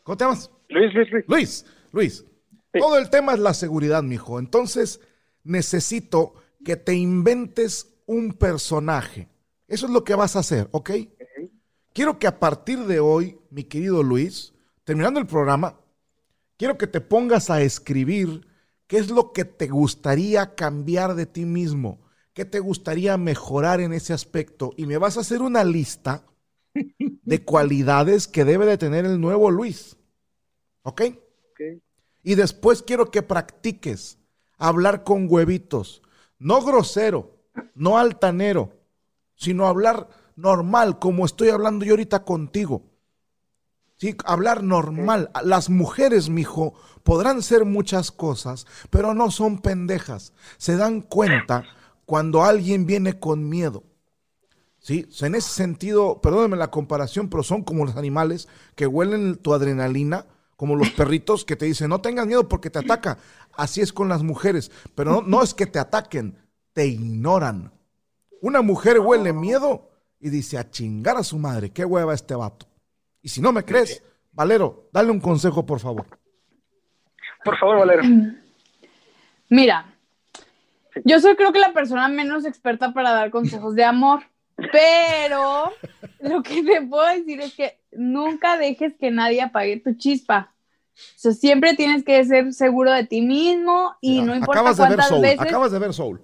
Speaker 3: ¿Cómo te llamas?
Speaker 6: Luis, Luis, Luis.
Speaker 3: Luis, Luis, todo el tema es la seguridad, mijo. Entonces, necesito que te inventes un personaje. Eso es lo que vas a hacer, ¿ok? Quiero que a partir de hoy, mi querido Luis, terminando el programa, quiero que te pongas a escribir qué es lo que te gustaría cambiar de ti mismo, qué te gustaría mejorar en ese aspecto. Y me vas a hacer una lista de cualidades que debe de tener el nuevo Luis. ¿Ok?
Speaker 6: Ok.
Speaker 3: Y después quiero que practiques hablar con huevitos. No grosero, no altanero, sino hablar normal, como estoy hablando yo ahorita contigo. Sí, hablar normal. Las mujeres, mijo, podrán ser muchas cosas, pero no son pendejas. Se dan cuenta cuando alguien viene con miedo. Sí, o sea, en ese sentido, perdónenme la comparación, pero son como los animales que huelen tu adrenalina, como
Speaker 4: <laughs>
Speaker 3: los perritos que te dicen, no tengas miedo porque te ataca. Así es con las mujeres, pero no, no es que te ataquen, te ignoran. Una mujer huele miedo y dice, a chingar a su madre, qué hueva este vato. Y si no me crees, Valero, dale un consejo, por favor.
Speaker 6: Por favor, Valero.
Speaker 4: Mira, yo soy creo que la persona menos experta para dar consejos de amor, pero lo que te puedo decir es que nunca dejes que nadie apague tu chispa. O sea, siempre tienes que ser seguro de ti mismo y no importa
Speaker 3: acabas de ver
Speaker 4: cuántas
Speaker 3: Soul,
Speaker 4: veces
Speaker 3: acabas de ver Soul.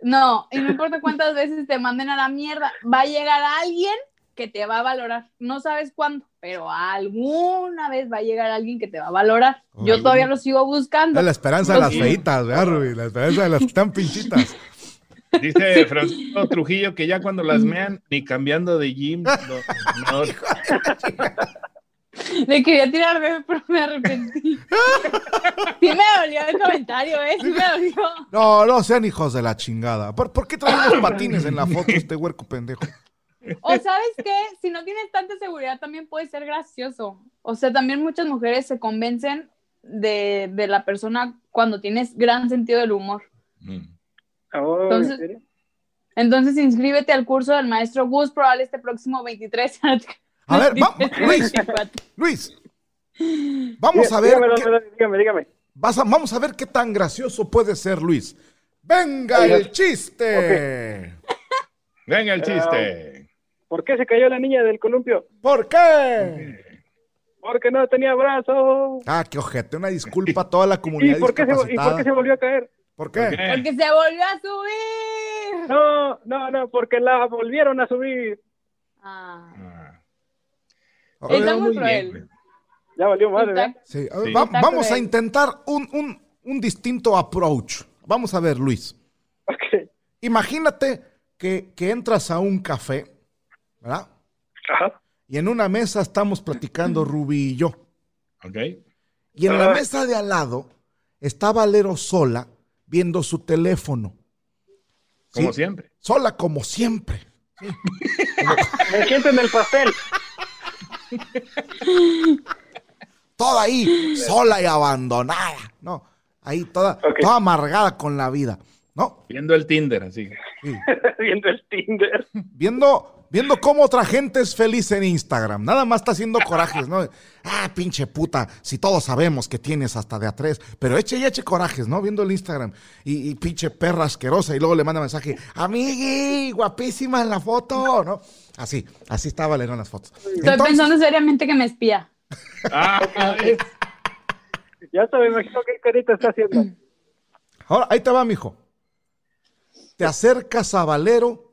Speaker 4: No, y no importa cuántas veces te manden a la mierda, va a llegar alguien que te va a valorar. No sabes cuándo, pero alguna vez va a llegar alguien que te va a valorar.
Speaker 3: O
Speaker 4: Yo
Speaker 3: alguna-
Speaker 4: todavía lo sigo buscando.
Speaker 3: Es la esperanza de las
Speaker 5: Sí.
Speaker 3: feitas, ¿verdad, Ruby? La esperanza de las que están pinchitas. <laughs>
Speaker 5: Dice Francisco Trujillo que ya cuando las mean, ni cambiando
Speaker 3: <laughs>
Speaker 5: de gym, no- no-
Speaker 4: Le quería tirar bebé, pero me arrepentí. Sí me dolió el comentario, ¿eh? Sí me dolió.
Speaker 3: No, no sean hijos de la chingada. ¿Por, por qué traen
Speaker 6: <coughs>
Speaker 3: los patines en la foto este huerco pendejo?
Speaker 4: O sabes qué, si no tienes tanta seguridad también puede ser gracioso. O sea, también muchas mujeres se convencen de, de la persona cuando tienes gran sentido del humor.
Speaker 5: Mm.
Speaker 6: Oh, ¿en
Speaker 4: Entonces-
Speaker 6: serio?
Speaker 4: Entonces inscríbete al curso del maestro Gus Proal este próximo <laughs> 23.
Speaker 3: A ver, vamos, Luis, Luis. Vamos a ver,
Speaker 6: Dígamelo,
Speaker 3: qué,
Speaker 6: dígame, dígame, dígame.
Speaker 3: vas a- vamos a ver qué tan gracioso puede ser Luis. Venga el
Speaker 6: Oiga.
Speaker 3: chiste.
Speaker 5: Venga el chiste.
Speaker 6: ¿Por qué se cayó la niña del columpio?
Speaker 3: ¿Por qué?
Speaker 6: Porque no tenía brazos.
Speaker 3: Ah, qué ojete, una disculpa a toda la
Speaker 6: <laughs> ¿Y
Speaker 3: comunidad
Speaker 6: por, qué se, vo- ¿Y por
Speaker 3: discapacitada.
Speaker 6: qué se volvió a caer?
Speaker 3: ¿Por qué?
Speaker 5: Eh,
Speaker 4: Porque se volvió a subir.
Speaker 6: No, no, no, porque la volvieron a subir.
Speaker 4: Ah.
Speaker 5: ah.
Speaker 3: Ok,
Speaker 4: Está muy
Speaker 5: bien,
Speaker 4: cruel.
Speaker 5: güey.
Speaker 6: Ya valió madre, ¿verdad?
Speaker 4: Está-
Speaker 3: sí, a ver,
Speaker 5: Sí.
Speaker 3: va-
Speaker 4: Está
Speaker 3: vamos a
Speaker 4: cruel.
Speaker 3: intentar un, un- un distinto approach. Vamos a ver, Luis.
Speaker 6: Ok.
Speaker 3: Imagínate que, que entras a un café, ¿verdad?
Speaker 6: Ajá.
Speaker 3: Y en una mesa estamos platicando Rubí y yo.
Speaker 5: Ok.
Speaker 3: Y en la
Speaker 6: Ah.
Speaker 3: mesa de al lado está Valero sola viendo su teléfono.
Speaker 5: Como
Speaker 3: Sí.
Speaker 5: siempre.
Speaker 3: Sola como siempre.
Speaker 6: Me siento en el pastel. <laughs>
Speaker 3: Toda ahí, sola y abandonada. No, ahí toda,
Speaker 6: Ok.
Speaker 3: toda amargada con la vida. ¿No?
Speaker 5: Viendo el Tinder,
Speaker 3: <laughs>
Speaker 5: así.
Speaker 3: Sí.
Speaker 6: Viendo el Tinder.
Speaker 3: Viendo, viendo cómo otra gente es feliz en Instagram. Nada más está haciendo corajes, ¿no? Ah, pinche puta, si todos sabemos que tienes hasta de a tres. Pero eche y eche corajes, ¿no? Viendo el Instagram. Y, y pinche perra asquerosa. Y luego le manda mensaje, amigui, guapísima en la foto, ¿no? Así, así está Valero en las fotos.
Speaker 4: Estoy
Speaker 3: Entonces-
Speaker 4: pensando seriamente que me espía.
Speaker 5: Ah, ok.
Speaker 6: Ya hasta me imagino qué carita está haciendo.
Speaker 3: Ahora, ahí te va, mijo. te acercas a Valero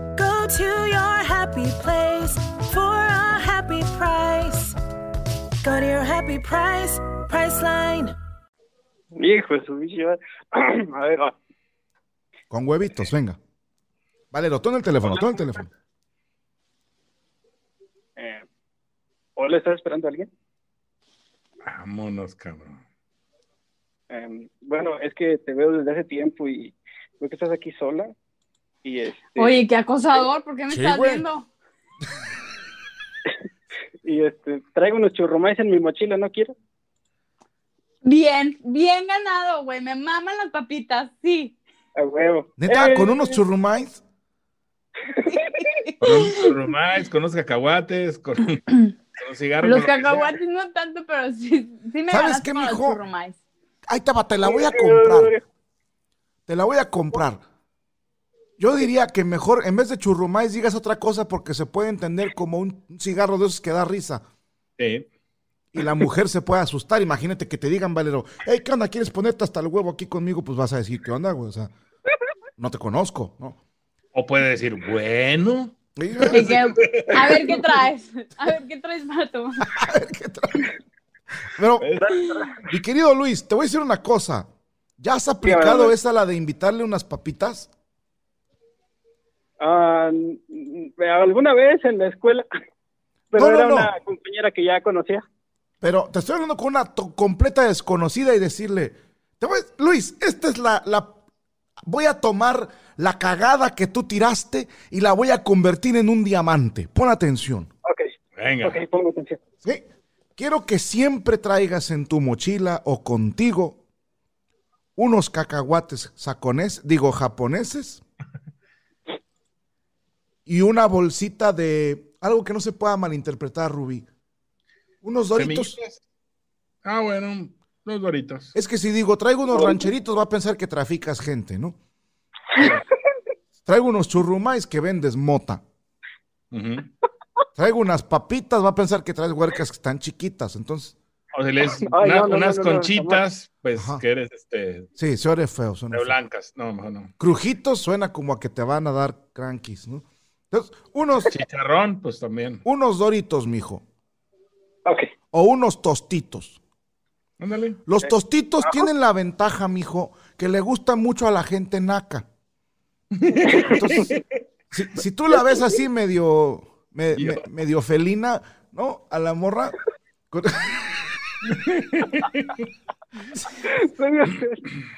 Speaker 7: Go to your happy place for a happy price. Go to your happy price, Priceline.
Speaker 6: Hijo de su bicho. <clears throat> A ver, va.
Speaker 3: Con huevitos, venga. Valero, toma el teléfono, toma el teléfono.
Speaker 6: Eh, ¿Hola, estás esperando a alguien?
Speaker 5: Vámonos, cabrón.
Speaker 6: Eh, bueno, es que te veo desde hace tiempo y veo que estás aquí sola. Y este,
Speaker 4: Oye, qué acosador, ¿por qué me
Speaker 3: Sí,
Speaker 4: estás
Speaker 3: güey.
Speaker 4: viendo?
Speaker 6: y este, traigo unos churromais en mi mochila, ¿no quieres?
Speaker 4: Bien, bien ganado, güey. Me maman las papitas, sí.
Speaker 6: A huevo.
Speaker 3: Neta,
Speaker 6: Eh,
Speaker 3: con unos churrumais.
Speaker 5: Con un- con un maíz, con unos cacahuates, con, con un cigarro.
Speaker 4: Los
Speaker 5: con lo que sea.
Speaker 4: cacahuates no tanto, pero sí, sí me
Speaker 3: ¿Sabes
Speaker 4: ganaste
Speaker 3: qué,
Speaker 4: con los
Speaker 3: mijo?
Speaker 4: churrumais.
Speaker 3: Ahí te va, te la voy a comprar. Te la voy a comprar. Yo diría que mejor, en vez de churrumais, digas otra cosa porque se puede entender como un un cigarro de esos que da risa.
Speaker 5: Sí.
Speaker 3: Y la mujer se puede asustar. Imagínate que te digan, Valero, hey, ¿qué onda? ¿Quieres ponerte hasta el huevo aquí conmigo? Pues vas a decir, ¿qué onda, güey? O sea, no te conozco, ¿no?
Speaker 5: O puede decir, bueno,
Speaker 3: Y- eh,
Speaker 4: Y que- a ver qué traes. A ver qué traes para tomar.
Speaker 3: <laughs> Pero, mi querido Luis, te voy a decir una cosa. ¿Ya has aplicado
Speaker 6: Dígame.
Speaker 3: esa la de invitarle unas papitas?
Speaker 6: Ah, mm, alguna vez en la escuela, <laughs> pero
Speaker 3: No, no,
Speaker 6: era
Speaker 3: no.
Speaker 6: una compañera que ya conocía.
Speaker 3: Pero te estoy hablando con una to- completa desconocida y decirle, te voy- Luis, esta es la, la... Voy a tomar la cagada que tú tiraste y la voy a convertir en un diamante. Pon atención.
Speaker 6: Ok,
Speaker 5: venga.
Speaker 6: ok, pongo atención.
Speaker 3: ¿sí? Quiero que siempre traigas en tu mochila o contigo unos cacahuates sacones, digo japoneses, y una bolsita de algo que no se pueda malinterpretar, Rubí. Unos doritos.
Speaker 5: Semillitas. Ah, bueno, los doritos.
Speaker 3: Es que si digo, traigo unos rancheritos, va a pensar que traficas gente, ¿no? Traigo unos churrumais que vendes mota.
Speaker 5: Ujú.
Speaker 3: Traigo unas papitas, va a pensar que traes huercas que están chiquitas. Entonces,
Speaker 5: O si les
Speaker 6: <laughs> Ay,
Speaker 5: una-
Speaker 6: no, no, no,
Speaker 5: unas
Speaker 6: no, no,
Speaker 5: conchitas, pues
Speaker 3: Ajá.
Speaker 5: que eres este
Speaker 3: sí, se oye feo. Suena
Speaker 5: de
Speaker 3: feo.
Speaker 5: blancas. No, mejor no.
Speaker 3: Crujitos suena como a que te van a dar crankies, ¿no? Entonces, unos,
Speaker 5: Chicharrón, pues también.
Speaker 3: unos doritos, mijo.
Speaker 6: Ok, <laughs>
Speaker 3: O unos tostitos.
Speaker 5: Ándale.
Speaker 3: Los tostitos tienen la ventaja, mijo, que le gustan mucho a la gente naca. Entonces, si, si tú la ves así medio, me- me- medio felina, ¿no? A la morra. con-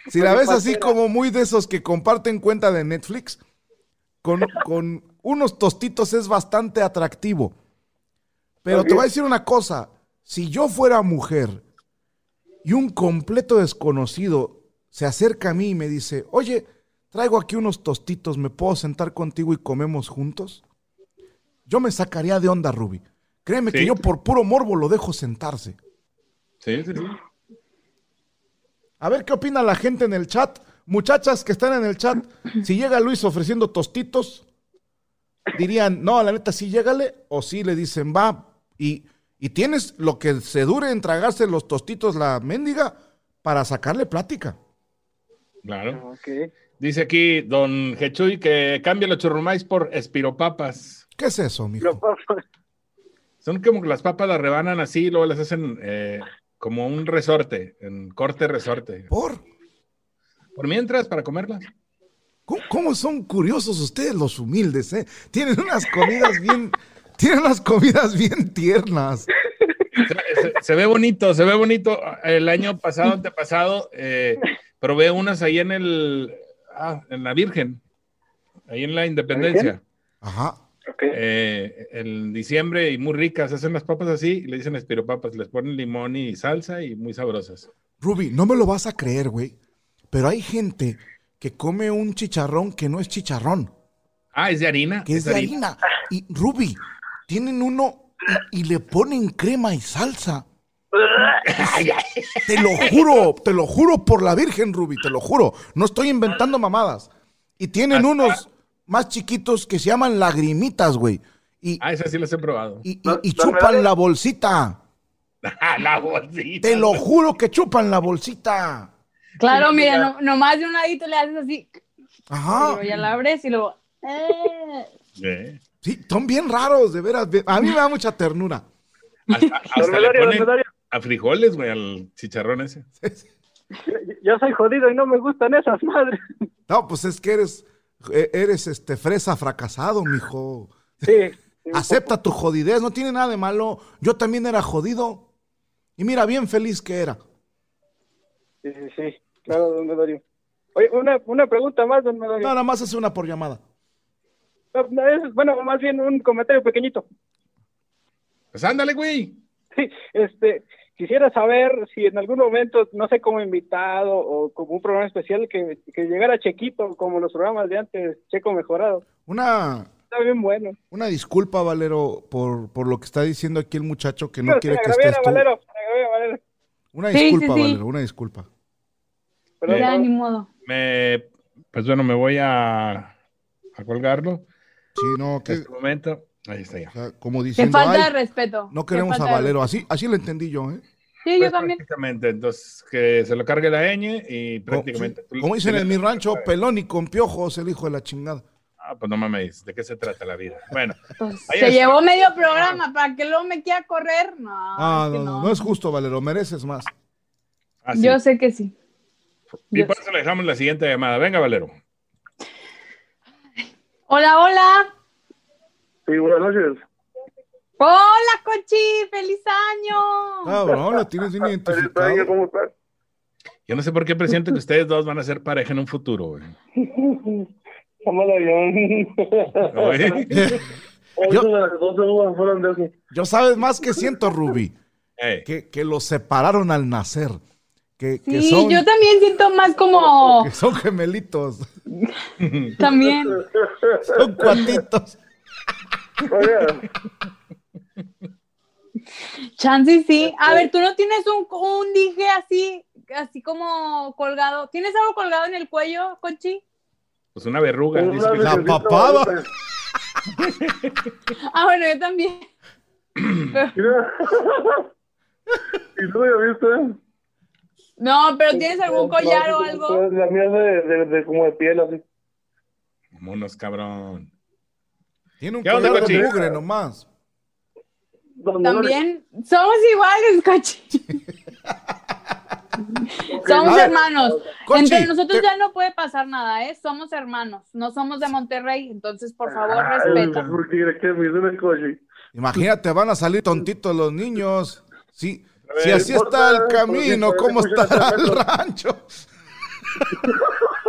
Speaker 3: Si la ves así como muy de esos que comparten cuenta de Netflix, con, con unos tostitos es bastante atractivo. Pero te voy a decir una cosa, si yo fuera mujer y un completo desconocido se acerca a mí y me dice, oye, traigo aquí unos tostitos, ¿me puedo sentar contigo y comemos juntos? Yo me sacaría de onda, Ruby. Créeme que
Speaker 5: Sí.
Speaker 3: yo por puro morbo lo dejo sentarse.
Speaker 5: Sí, sí, sí.
Speaker 3: A ver qué opina la gente en el chat. Muchachas que están en el chat, si llega Luis ofreciendo tostitos, dirían, no, la neta sí llégale, o sí le dicen, va, y, y tienes lo que se dure en tragarse los tostitos la mendiga para sacarle plática.
Speaker 5: Claro.
Speaker 6: ok.
Speaker 5: Dice aquí don Jechuy que cambia los churrumais por espiropapas.
Speaker 3: ¿Qué es eso,
Speaker 6: Lo
Speaker 3: mijo?
Speaker 6: paso.
Speaker 5: Son como que las papas las rebanan así y luego las hacen eh, como un resorte, en corte resorte.
Speaker 3: ¿Por?
Speaker 5: Por mientras, para comerlas.
Speaker 3: ¿Cómo, cómo son curiosos ustedes los humildes, eh? Tienen unas comidas bien... Tienen unas comidas bien tiernas.
Speaker 5: Se- se, se ve bonito, se ve bonito. El año pasado, antepasado, eh, probé unas ahí en el, ah, en la Virgen, ahí en la Independencia,
Speaker 3: Ajá.
Speaker 6: Ok.
Speaker 5: Eh, en diciembre y muy ricas. Hacen las papas así y le dicen espiropapas, les ponen limón y salsa y muy sabrosas.
Speaker 3: Ruby, no me lo vas a creer, güey. Pero hay gente que come un chicharrón que no es chicharrón,
Speaker 5: Ah, es de harina.
Speaker 3: que es de harina. Y Ruby, tienen uno y, y le ponen crema y salsa.
Speaker 5: Ay, ay.
Speaker 3: Te lo juro, te lo juro por la Virgen, Ruby, te lo juro. No estoy inventando mamadas. Y tienen unos más chiquitos que se llaman lagrimitas, güey. Y,
Speaker 5: Ah, esas sí las he probado.
Speaker 3: y- y- y chupan la bolsita.
Speaker 5: <laughs> Ah, la bolsita.
Speaker 3: Te lo juro que chupan la bolsita.
Speaker 4: Claro,
Speaker 5: Sí,
Speaker 4: mira,
Speaker 5: claro.
Speaker 4: no- nomás de un ladito le haces así, y
Speaker 3: Ajá.
Speaker 4: luego ya la abres y luego. eh.
Speaker 5: Eh.
Speaker 3: Sí, son bien raros, de veras. Ve- A mí me da mucha ternura.
Speaker 5: Hasta, hasta
Speaker 6: <laughs> Don
Speaker 5: le
Speaker 6: Melorio, don
Speaker 5: ponen
Speaker 6: Melorio,
Speaker 5: a frijoles, güey, al chicharrón ese.
Speaker 6: yo- yo soy jodido y no me gustan esas madres.
Speaker 3: No, pues es que eres, e- eres este fresa fracasado, mijo.
Speaker 6: Sí. sí, un
Speaker 3: Acepta tu jodidez, no tiene nada de malo. Yo también era jodido. Y mira, bien feliz que era.
Speaker 6: Sí, sí, sí, claro, don Medorio. Oye, una, una pregunta más, don
Speaker 3: No,
Speaker 6: Medorio.
Speaker 3: nada más hace una por llamada.
Speaker 6: No, no, es- bueno, más bien un comentario pequeñito.
Speaker 5: Pues ándale, güey.
Speaker 6: Sí, <laughs> este, quisiera saber si en algún momento, no sé, como invitado o como un programa especial, que, que llegara Chequito, como los programas de antes, Checo Mejorado.
Speaker 3: Una,
Speaker 6: Está bien bueno.
Speaker 3: una disculpa, Valero, por, por lo que está diciendo aquí el muchacho que no
Speaker 6: Pero
Speaker 3: quiere
Speaker 6: se
Speaker 3: que
Speaker 6: agraviara,
Speaker 3: estés tú.
Speaker 6: Valero, se agraviara, Valero.
Speaker 3: Una
Speaker 4: Sí, sí,
Speaker 3: disculpa,
Speaker 4: sí.
Speaker 3: Valero, una disculpa.
Speaker 6: Perdón,
Speaker 4: Ya,
Speaker 6: don-
Speaker 4: ni modo.
Speaker 5: Me, pues bueno, me voy a, a colgarlo
Speaker 3: Sí, no,
Speaker 5: en
Speaker 3: que,
Speaker 5: este momento. Ahí está ya.
Speaker 3: o sea, como
Speaker 4: Qué
Speaker 3: diciendo,
Speaker 4: falta de
Speaker 3: "Ay,
Speaker 4: respeto.
Speaker 3: no
Speaker 4: qué
Speaker 3: queremos a
Speaker 4: falta de
Speaker 3: Valero. Así, así lo entendí yo, ¿eh?
Speaker 4: respeto. Sí, yo
Speaker 3: <laughs>
Speaker 5: Pues
Speaker 4: también.
Speaker 5: Prácticamente, entonces que se lo cargue la ñ y
Speaker 3: Como-
Speaker 5: prácticamente.
Speaker 3: Oh, sí, Como dicen en mi rancho, pelón y con piojos, el hijo de la chingada.
Speaker 5: Ah, pues no mames, ¿de qué se trata la vida?
Speaker 6: <laughs>
Speaker 5: Bueno,
Speaker 4: Entonces,
Speaker 5: Ahí
Speaker 4: se
Speaker 5: está.
Speaker 4: llevó medio programa para que luego me quiera correr. No,
Speaker 3: Ah,
Speaker 4: es que
Speaker 3: no, no, no es justo, Valero, mereces más.
Speaker 5: así.
Speaker 4: Yo sé que sí.
Speaker 5: y por eso le dejamos la siguiente llamada. Venga, Valero.
Speaker 4: Hola, hola.
Speaker 6: Sí, buenas noches.
Speaker 4: Hola, Cochi. Feliz
Speaker 3: Ah,
Speaker 4: año.
Speaker 3: Cabrón, lo tienes
Speaker 5: <laughs>
Speaker 3: bien identificado.
Speaker 6: ¿cómo estás?
Speaker 5: Yo no sé por qué presiento que ustedes dos van a ser pareja en un futuro, güey.
Speaker 6: <laughs> ¿Cómo lo
Speaker 5: Güey.
Speaker 3: Yo-
Speaker 6: las dos uvas fueron de aquí.
Speaker 3: <laughs> Yo sabes más que siento, Ruby,
Speaker 5: Ey,
Speaker 3: que, que los separaron al nacer. Que, que
Speaker 4: Sí,
Speaker 3: son,
Speaker 4: yo también siento más
Speaker 3: <laughs>
Speaker 4: como.
Speaker 3: que son gemelitos, <laughs>
Speaker 4: También.
Speaker 3: son cuatitos. <laughs>
Speaker 6: Oye,
Speaker 4: Chance y sí. A ver, tú no tienes un, un dije así, así como colgado. ¿Tienes algo colgado en el cuello, Conchi? <laughs>
Speaker 5: Pues una verruga.
Speaker 6: Una
Speaker 5: dice que-
Speaker 3: La
Speaker 6: virgencita
Speaker 3: papada.
Speaker 6: bonita.
Speaker 4: Ah, bueno, yo también.
Speaker 6: Mira. <laughs> ¿Y tú ya viste?
Speaker 4: No, pero tienes algún collar o algo.
Speaker 6: La mía es de, de, de como de piel, así.
Speaker 5: Vámonos, cabrón.
Speaker 3: Tiene un
Speaker 5: ¿Qué onda,
Speaker 3: collar de
Speaker 5: cochino?
Speaker 3: mugre nomás.
Speaker 6: Donde
Speaker 4: También. Somos iguales,
Speaker 3: <laughs>
Speaker 4: Conchi.
Speaker 3: A
Speaker 4: Somos
Speaker 3: ver,
Speaker 4: hermanos.
Speaker 3: Conchi,
Speaker 4: Entre nosotros
Speaker 3: te-
Speaker 4: ya no puede pasar nada, ¿eh? Somos hermanos. No somos de Monterrey, entonces por
Speaker 6: no-
Speaker 4: favor,
Speaker 3: Ah,
Speaker 6: Ay,
Speaker 4: respeta.
Speaker 6: ¿Por qué crees que me hizo el coche?
Speaker 3: Imagínate, van a salir tontitos los niños. Sí, si
Speaker 5: ver,
Speaker 3: así está el camino,
Speaker 6: porque-
Speaker 3: ¿cómo
Speaker 6: porque-
Speaker 3: estará el rancho?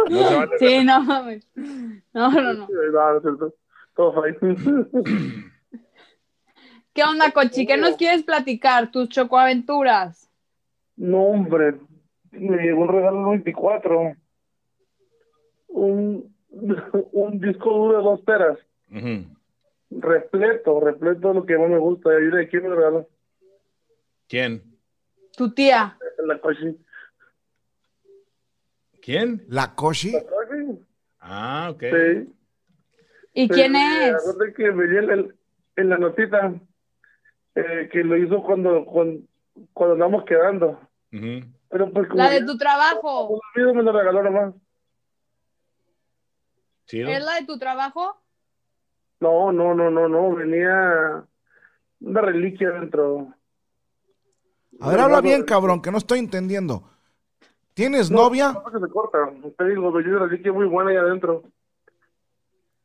Speaker 5: No se vale.
Speaker 4: Sí, no mames. No, no, no.
Speaker 6: Eh, No, no es cierto. Todo fine. <laughs>
Speaker 4: ¿Qué onda, Cochi? ¿Qué nos quieres platicar? Tus chocoaventuras.
Speaker 6: No, hombre. Me llegó un regalo el 24. Un, <laughs> un disco duro de dos teras.
Speaker 5: Ujú.
Speaker 6: Repleto, repleto de lo que más me gusta. Y de quién me lo regaló.
Speaker 5: ¿Quién?
Speaker 4: Tu tía.
Speaker 6: La coche.
Speaker 5: ¿Quién?
Speaker 3: La Koshi,
Speaker 6: La coche.
Speaker 5: Ah, ok.
Speaker 6: Sí.
Speaker 4: ¿Y quién
Speaker 6: Eh,
Speaker 4: es?
Speaker 6: acuérdate que venía en la, en la notita eh, que lo hizo cuando, cuando, cuando andamos quedando.
Speaker 5: Ujú.
Speaker 6: Pero pues como
Speaker 4: La de tu
Speaker 6: ya- como
Speaker 4: trabajo.
Speaker 6: lo olvido, me lo regaló nomás.
Speaker 5: Chido.
Speaker 4: ¿Es la de tu trabajo?
Speaker 6: No, no, no, no, no. Venía una reliquia dentro.
Speaker 3: a ver, habla bien, cabrón, que no estoy entendiendo. ¿Tienes novia?
Speaker 6: No, que se corta. Te digo, venía una reliquia muy buena ahí adentro.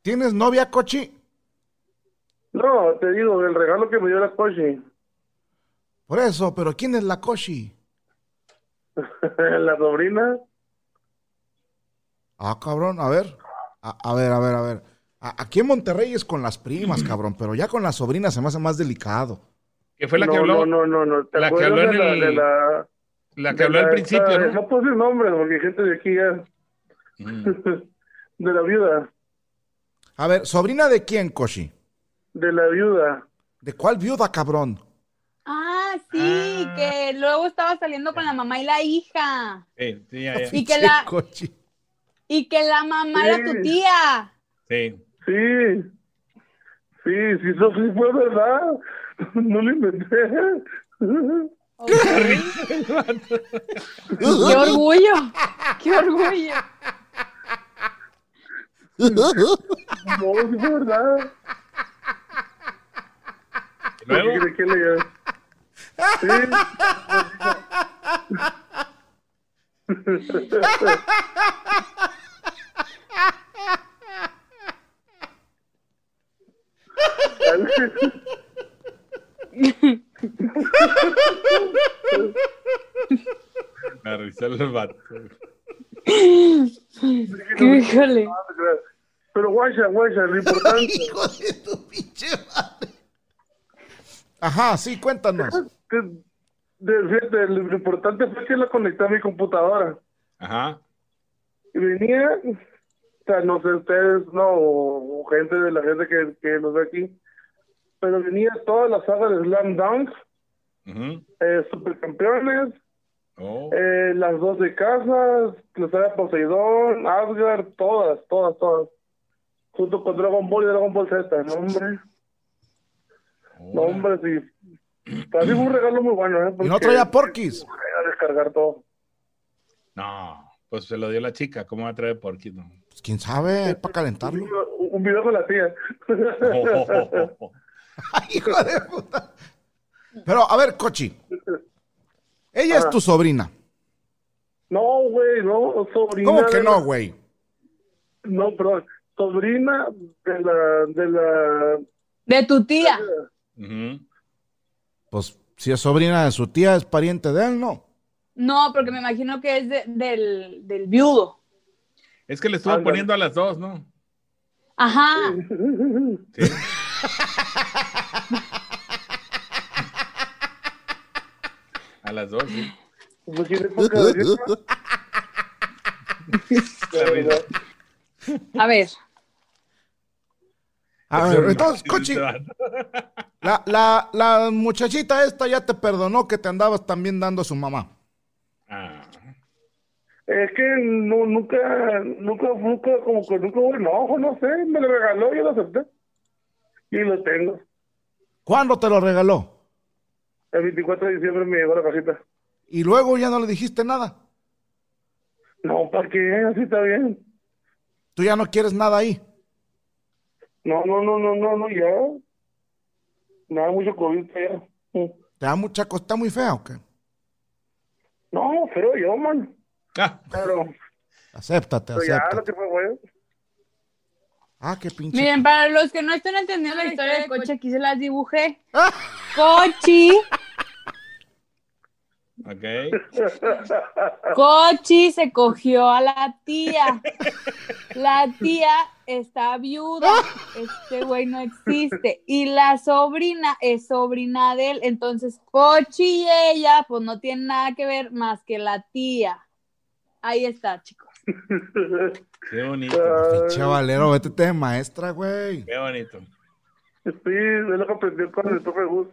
Speaker 3: ¿Tienes novia, Cochi?
Speaker 6: No, te digo, el regalo que me dio la coche.
Speaker 3: Por eso, pero ¿quién es la Koshi?
Speaker 6: <laughs> la sobrina.
Speaker 3: Ah, cabrón, a ver. A, a ver, a ver, a ver. A- aquí en Monterrey es con las primas, cabrón, pero ya con las sobrinas se me hace más delicado.
Speaker 5: Que fue la
Speaker 6: no,
Speaker 5: que habló,
Speaker 6: no, no, no, no. ¿Te
Speaker 5: la que
Speaker 6: acuerdas
Speaker 5: habló
Speaker 6: de
Speaker 5: en
Speaker 6: la,
Speaker 5: el-
Speaker 6: de la-
Speaker 5: la que
Speaker 6: de
Speaker 5: habló
Speaker 6: la-
Speaker 5: al principio,
Speaker 6: esta-
Speaker 5: ¿no?
Speaker 6: No puse nombres porque hay gente de aquí ya.
Speaker 5: Mm.
Speaker 6: de la viuda,
Speaker 3: A ver, ¿sobrina de quién, Koshi?
Speaker 6: de la viuda.
Speaker 3: ¿De cuál viuda, cabrón?
Speaker 4: Ah, sí,
Speaker 5: Ah.
Speaker 4: que luego estaba saliendo con la mamá y la hija.
Speaker 5: Sí, Eh, sí, ya, ya.
Speaker 4: Y que
Speaker 3: Che,
Speaker 4: la-
Speaker 3: Koshi.
Speaker 4: Y que la mamá era tu
Speaker 6: Sí.
Speaker 4: tía.
Speaker 5: Sí.
Speaker 6: Sí, sí, sí, eso sí fue verdad. <laughs> No lo inventé. <laughs>
Speaker 4: Ok. ¡Qué orgullo! ¡Qué orgullo!
Speaker 6: No, sí fue verdad.
Speaker 5: Y Luego,
Speaker 6: ¿De qué le llevé? Sí. <laughs>
Speaker 5: me risa el vato.
Speaker 4: Híjole.
Speaker 6: Pero guaya, guaya, lo importante.
Speaker 3: Hijo de tu pinche madre. Ajá, sí, cuéntanos.
Speaker 6: de- de- fíjate, lo lo importante fue que la conecté a mi computadora.
Speaker 5: Ajá.
Speaker 6: Y venía, o sea, no sé ustedes, no, o, o gente de la gente que, que nos ve aquí, pero venía toda la saga de Slam Dunk,
Speaker 5: Ujú.
Speaker 6: eh, Supercampeones,
Speaker 5: Oh,
Speaker 6: eh, las 12 casas, la saga de Poseidón, Asgard, todas, todas, todas. Junto con Dragon Ball y Dragon Ball Z, no hombre, no
Speaker 5: oh.
Speaker 6: hombre, sí. Para mí fue un regalo muy bueno, ¿eh?
Speaker 3: Y no
Speaker 6: porque
Speaker 3: traía porquis.
Speaker 6: voy a descargar todo.
Speaker 5: No, pues se lo dio la chica. ¿Cómo va a traer porquito?
Speaker 6: <laughs>
Speaker 3: Pues quién sabe, para
Speaker 6: Un
Speaker 3: calentarlo.
Speaker 6: video- Un video con la tía.
Speaker 3: <laughs> Hijo de puta. Pero, a ver, Kochi. Ella es
Speaker 6: Ajá.
Speaker 3: tu sobrina.
Speaker 6: No, güey, no, sobrina.
Speaker 3: ¿Cómo que
Speaker 6: de-
Speaker 3: no, güey?
Speaker 6: No, perdón. Sobrina de la, de la,
Speaker 4: De tu tía.
Speaker 5: Ujú.
Speaker 3: Pues si es sobrina de su tía, es pariente de él, ¿no?
Speaker 4: No, porque me imagino que es de- del, del viudo.
Speaker 5: Es que le estuvo
Speaker 6: Ándale.
Speaker 5: poniendo a las dos, ¿no?
Speaker 4: Ajá.
Speaker 5: Sí. A las dos, sí.
Speaker 6: pues tiene poca de Dios,
Speaker 3: <laughs>
Speaker 6: la verdad.
Speaker 4: A ver.
Speaker 3: A ver, entonces, Kochi, la, la, la muchachita esta ya te perdonó que te andabas también dando a su mamá.
Speaker 5: Ah,
Speaker 6: Es que no, nunca, nunca, nunca, como que nunca hubo enojo, no sé, me lo regaló, yo lo acepté. Y lo tengo.
Speaker 3: ¿Cuándo te lo regaló?
Speaker 6: El 24 de diciembre me llegó la cajita.
Speaker 3: Y luego ya no le dijiste nada.
Speaker 6: No, ¿para qué? Así está bien.
Speaker 3: Tú ya no quieres nada ahí.
Speaker 6: No, no, no, no, no, no, ya. Nada, mucho COVID, feo.
Speaker 3: Te da mucha costa muy fea, ¿o qué?
Speaker 6: No, feo yo, man.
Speaker 5: Ah,
Speaker 6: Claro,
Speaker 3: Acéptate,
Speaker 6: pero ya lo
Speaker 3: acéptate.
Speaker 6: que fue, güey. <laughs>
Speaker 3: Ah, qué pinche.
Speaker 4: Miren, para los que no están entendiendo la historia del coche, aquí se las dibujé. Cochi,
Speaker 5: ok.
Speaker 4: Cochi se cogió a la tía. La tía está viuda. Este güey no existe. Y la sobrina es sobrina de él. Entonces, Cochi y ella, pues no tienen nada que ver más que la tía. Ahí está, chicos.
Speaker 5: Qué bonito,
Speaker 6: Ah.
Speaker 3: Pinche valero, vete de maestra, güey.
Speaker 5: qué bonito.
Speaker 6: Sí, es lo que aprendí con el profe Gus.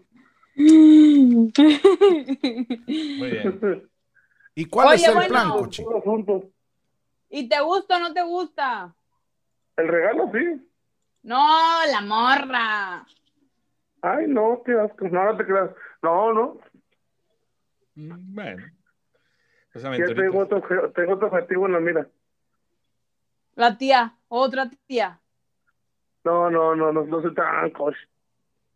Speaker 5: Muy bien.
Speaker 6: <laughs>
Speaker 3: ¿Y cuál
Speaker 4: Oye,
Speaker 3: es el
Speaker 4: bueno.
Speaker 3: plan, Cochi?
Speaker 6: Todo asunto.
Speaker 4: ¿Y te gusta o no te gusta?
Speaker 6: El regalo, sí.
Speaker 4: No, la morra.
Speaker 6: Ay, no, qué asco. No, no te creas. No, no.
Speaker 5: Mm, Bueno. Pues
Speaker 6: Ya tengo
Speaker 5: aventuritos.
Speaker 6: otro, obje- tengo otro objetivo en la mira.
Speaker 4: La tía, otra tía.
Speaker 6: No, no, no, no, no soy tan coche. <laughs>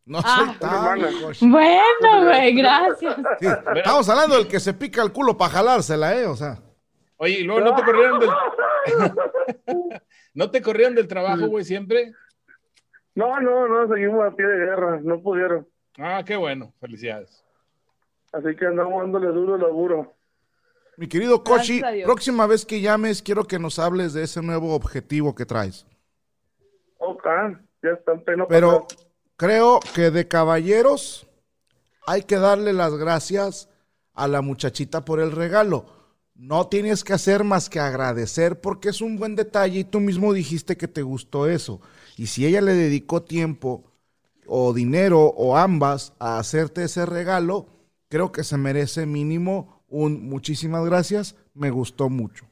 Speaker 3: No
Speaker 4: Ah.
Speaker 3: soy tan,
Speaker 6: Hermana.
Speaker 3: Kochi.
Speaker 4: <laughs> Bueno, güey, gracias.
Speaker 3: Sí, estamos hablando del que se pica el culo para jalársela, ¿eh? O sea.
Speaker 5: Oye, y luego no
Speaker 6: Ah.
Speaker 5: te corrieron del. no te corrieron del trabajo, güey, siempre.
Speaker 6: No, no, no, seguimos a pie de guerra. No pudieron.
Speaker 5: Ah, qué bueno. Felicidades.
Speaker 6: Así que andamos dándole duro el laburo.
Speaker 3: Mi querido
Speaker 4: Gracias
Speaker 3: Koshi,
Speaker 4: a Dios.
Speaker 3: próxima vez que llames, quiero que nos hables de ese nuevo objetivo que traes.
Speaker 6: Ok, Oh, ya está en pleno
Speaker 3: Pero
Speaker 6: pasado.
Speaker 3: creo que de caballeros hay que darle las gracias a la muchachita por el regalo. No tienes que hacer más que agradecer porque es un buen detalle y tú mismo dijiste que te gustó eso. Y si ella le dedicó tiempo o dinero o ambas a hacerte ese regalo, creo que se merece mínimo un muchísimas gracias, me gustó mucho.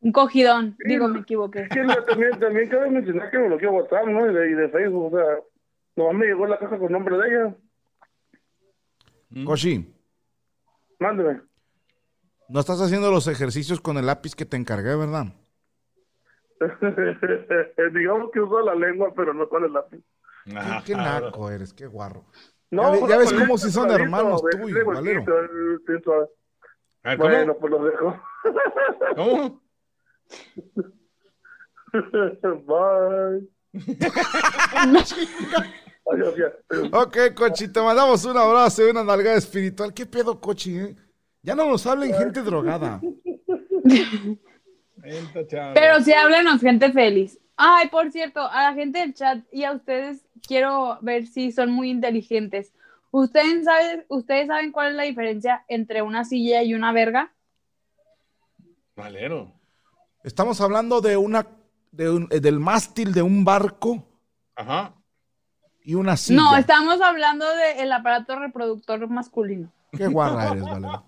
Speaker 4: Un cogidón, digo, me equivoqué.
Speaker 6: Es que yo también, también cabe mencionar que me bloqueó WhatsApp, ¿no? Y de, y de Facebook, o sea, nomás me llegó la caja con nombre de ella.
Speaker 5: Mm.
Speaker 3: Koshi,
Speaker 6: Mándeme.
Speaker 3: no estás haciendo los ejercicios con el lápiz que te encargué, ¿verdad?
Speaker 6: <laughs> Digamos que uso la lengua, pero no con el lápiz.
Speaker 3: Qué, qué naco eres, qué guarro.
Speaker 6: No,
Speaker 3: Ya ve-
Speaker 6: pues,
Speaker 3: ya ves
Speaker 6: con
Speaker 3: cómo
Speaker 6: esto,
Speaker 3: si son
Speaker 6: solito,
Speaker 3: hermanos
Speaker 6: ve,
Speaker 3: tú y
Speaker 6: le
Speaker 3: Valero.
Speaker 6: golpito, eh, sí, suave.
Speaker 5: A ver, ¿cómo?
Speaker 6: Bueno, pues los dejo. <laughs>
Speaker 5: ¿Cómo?
Speaker 6: Bye. Adiós, ya.
Speaker 3: Ok, Cochi, te mandamos un abrazo y una nalgada espiritual. ¿Qué pedo, Cochi? eh? Ya no nos hablen gente drogada.
Speaker 5: Vente, chavo.
Speaker 4: Pero sí háblanos, gente feliz. Ay, por cierto, a la gente del chat y a ustedes quiero ver si son muy inteligentes. ¿Ustedes saben, ¿Ustedes saben cuál es la diferencia entre una silla y una verga?
Speaker 5: Valero.
Speaker 3: Estamos hablando de una, de un- eh, del mástil de un barco
Speaker 5: Ajá.
Speaker 3: y una silla.
Speaker 4: No, estamos hablando del aparato reproductor masculino.
Speaker 3: Qué guarra eres, Valero.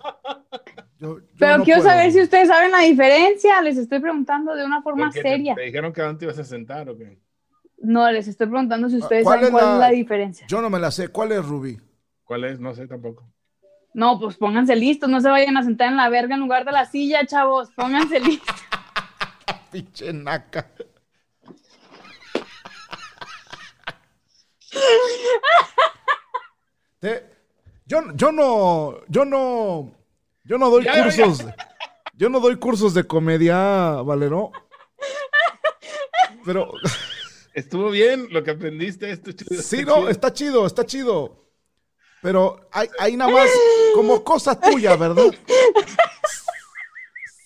Speaker 3: Yo- yo
Speaker 4: Pero
Speaker 3: no
Speaker 4: quiero
Speaker 3: puedo.
Speaker 4: saber si ustedes saben la diferencia. Les estoy preguntando de una forma
Speaker 5: Porque te-
Speaker 4: seria.
Speaker 5: Te, dijeron que antes ibas a sentar o qué?
Speaker 4: No, les estoy preguntando si ustedes
Speaker 3: Ah, ¿Cuál
Speaker 4: saben
Speaker 3: es
Speaker 4: cuál
Speaker 3: la-
Speaker 4: es la diferencia.
Speaker 3: Yo no me la sé. ¿Cuál es, Rubí?
Speaker 5: ¿Cuál es? No sé tampoco.
Speaker 4: No, pues pónganse listos, no se vayan a sentar en la verga en lugar de la silla, chavos. Pónganse <laughs> listos.
Speaker 3: Pinche naca. Te- yo, yo no, yo no, yo no doy
Speaker 5: Ya, ya,
Speaker 3: cursos. Yo no doy cursos de comedia, Valero. Pero
Speaker 5: Estuvo bien lo que aprendiste. Esto chido.
Speaker 3: sí, no, está chido, está chido. Pero hay, hay nada más como cosa tuya, ¿verdad?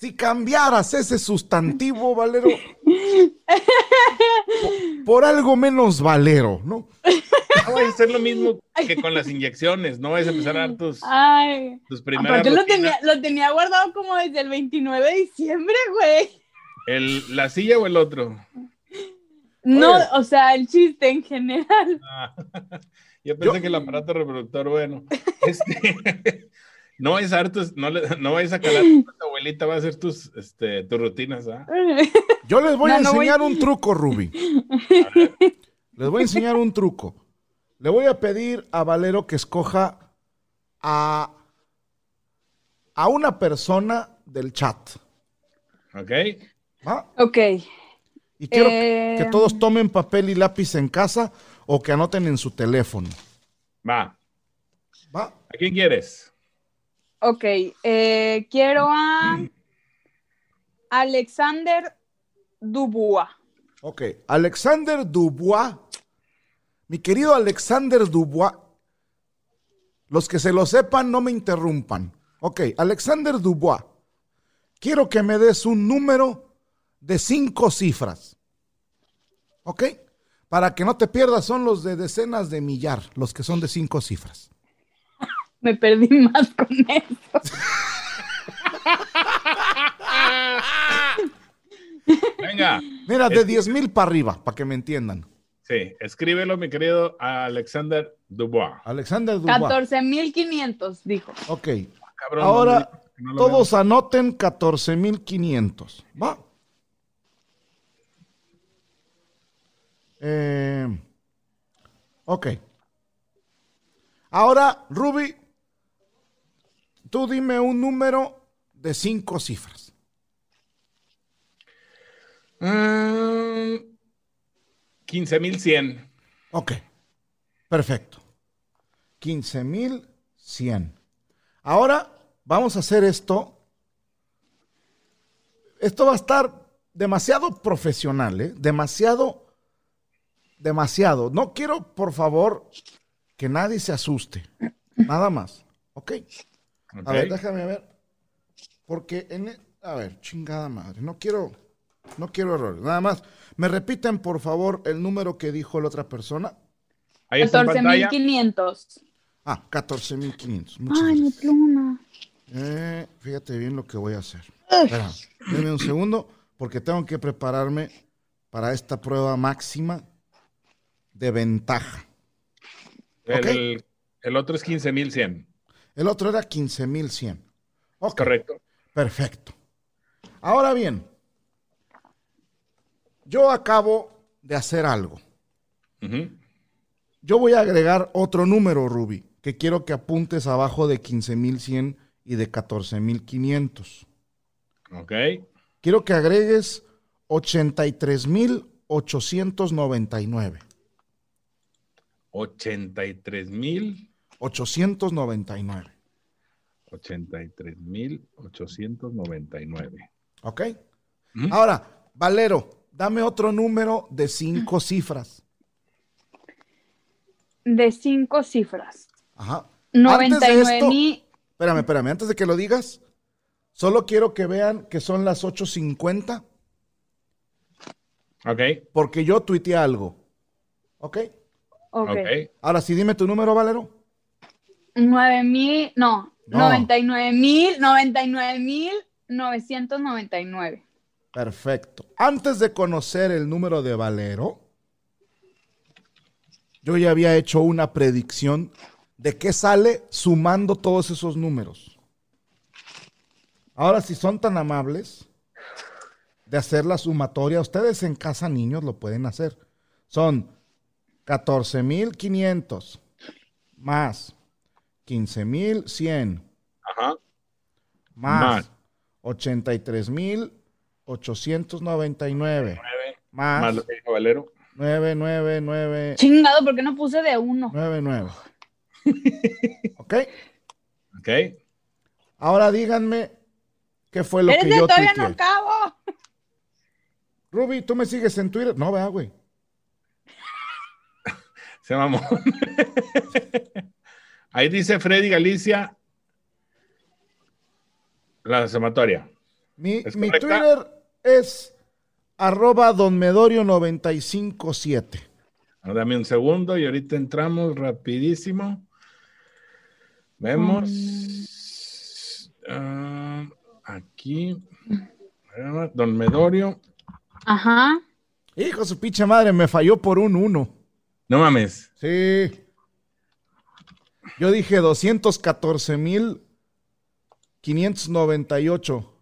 Speaker 3: Si cambiaras ese sustantivo, Valero, po- por algo menos Valero, ¿no?
Speaker 5: No vas Ah, a hacer lo mismo que con las inyecciones. No vas a empezar a dar tus,
Speaker 4: Ay.
Speaker 5: tus
Speaker 4: Ah. Aparte
Speaker 5: primeras
Speaker 4: Ah, lo
Speaker 5: rutinas.
Speaker 4: tenía, lo tenía guardado como desde el 29 de diciembre, güey.
Speaker 5: El, ¿La silla o el otro?
Speaker 4: No,
Speaker 3: Oye.
Speaker 4: o sea, el chiste en general. <laughs>
Speaker 5: Ah, yo pensé
Speaker 3: Yo-
Speaker 5: que el aparato reproductor,
Speaker 3: <laughs>
Speaker 5: bueno. Este, <laughs> no vais a dar tus- no, le- no vais
Speaker 3: <laughs>
Speaker 5: a calar a tu abuelita, va a hacer tus, este, tus rutinas, ¿ah?
Speaker 3: Yo les voy a
Speaker 4: No, no voy-
Speaker 3: enseñar un truco, Ruby. Les voy a enseñar un truco. Le voy a pedir a Valero que escoja a, a una persona del chat.
Speaker 5: ¿Ok?
Speaker 3: ¿va?
Speaker 4: Ok.
Speaker 3: Y quiero
Speaker 4: Eh.
Speaker 3: que todos tomen papel y lápiz en casa o que anoten en su teléfono.
Speaker 5: Va.
Speaker 3: ¿va?
Speaker 5: ¿A
Speaker 3: <laughs>
Speaker 5: quién quieres?
Speaker 4: Ok. eh, quiero a Alexander Dubois.
Speaker 3: Ok, Alexander Dubois, mi querido Alexander Dubois, los que se lo sepan no me interrumpan. Ok, Alexander Dubois, quiero que me des un número de cinco cifras. Ok, para que no te pierdas, son los de decenas de millar, los que son de cinco cifras.
Speaker 4: Me perdí <laughs> más con eso.
Speaker 5: Venga.
Speaker 3: Mira, de 10 mil para arriba, para que me entiendan.
Speaker 5: Sí, escríbelo, mi querido Alexander Dubois.
Speaker 3: Alexander Dubois.
Speaker 4: 14.500, dijo.
Speaker 3: Ok,
Speaker 5: Cabrón,
Speaker 3: ahora
Speaker 5: no lo
Speaker 3: todos anoten 14,500. Va. Eh, ok. Ahora, Ruby, tú dime un número de cinco cifras.
Speaker 5: veo. Mm, 15,100.
Speaker 3: Ok. Perfecto. 15,100. Ahora vamos a hacer esto. Esto va a estar demasiado profesional, ¿eh? Demasiado, demasiado. No quiero, por favor, que nadie se asuste. Nada más. Ok.
Speaker 5: Ok.
Speaker 3: A ver, déjame ver. Porque en... e- A ver, chingada madre. No quiero... No quiero errores. Nada más. Me repiten, por favor, el número que dijo la otra persona.
Speaker 5: Ahí está en pantalla.
Speaker 4: 14.500.
Speaker 3: Ah, 14.500. Muchas
Speaker 4: Ay, mi
Speaker 3: gracias.
Speaker 4: pluma.
Speaker 3: Eh, fíjate bien lo que voy a hacer. Espera, denme un segundo, porque tengo que prepararme para esta prueba máxima de ventaja.
Speaker 5: El,
Speaker 3: Ok.
Speaker 5: el- el otro es 15,100.
Speaker 3: El otro era 15,100. Ok,
Speaker 5: Correcto.
Speaker 3: perfecto. Ahora bien, yo acabo de hacer algo.
Speaker 5: Ujú.
Speaker 3: Yo voy a agregar otro número, Ruby, que quiero que apuntes abajo de 15,100 y de 14,500.
Speaker 5: Ok.
Speaker 3: Quiero que agregues 83,899.
Speaker 5: 83,000.
Speaker 3: 899.
Speaker 5: 83,899.
Speaker 3: ¿Ok?
Speaker 5: Ujú.
Speaker 3: Ahora, Valero, dame otro número de cinco cifras.
Speaker 4: De cinco cifras.
Speaker 3: Ajá. Antes de esto-
Speaker 4: 99 mil.
Speaker 3: Espérame, espérame, antes de que lo digas, solo quiero que vean que son las 8.50
Speaker 5: Ok.
Speaker 3: porque yo tuiteé algo. ¿Ok?
Speaker 5: Ok.
Speaker 4: Ok.
Speaker 3: Ahora sí, dime tu número, Valero.
Speaker 4: 9 mil, no,
Speaker 3: No.
Speaker 4: 99 mil, 99 mil, 999.
Speaker 3: Perfecto. Antes de conocer el número de Valero, yo ya había hecho una predicción de qué sale sumando todos esos números. Ahora, si son tan amables de hacer la sumatoria, ustedes en casa, niños, lo pueden hacer. Son 14,500 más 15,100
Speaker 5: Ajá.
Speaker 3: más
Speaker 5: Más.
Speaker 3: 83,899
Speaker 5: 9. Más
Speaker 3: más
Speaker 5: lo que dijo Valero.
Speaker 3: 9999.
Speaker 4: Chingado, ¿por qué no puse de uno?
Speaker 5: <laughs>
Speaker 3: ¿Ok?
Speaker 5: Ok.
Speaker 3: Ahora díganme qué fue lo que
Speaker 4: Espérense,
Speaker 3: yo
Speaker 4: todavía no
Speaker 3: tuiteé.
Speaker 4: acabo.
Speaker 3: Ruby, ¿tú me sigues en Twitter? No, vea, güey.
Speaker 5: Se mamó. <laughs> Ahí dice Freddy Galicia. La sumatoria.
Speaker 3: Mi,
Speaker 5: ¿Es
Speaker 3: mi
Speaker 5: correcta?
Speaker 3: Twitter es arroba donmedorio957.
Speaker 5: Ah, Dame un segundo y ahorita entramos rapidísimo. Vemos. Ah, aquí. Ah, Don Medorio.
Speaker 4: Ajá.
Speaker 3: Hijo de su pinche madre, me falló por un 1.
Speaker 5: No mames.
Speaker 3: Sí. Yo dije 214,598.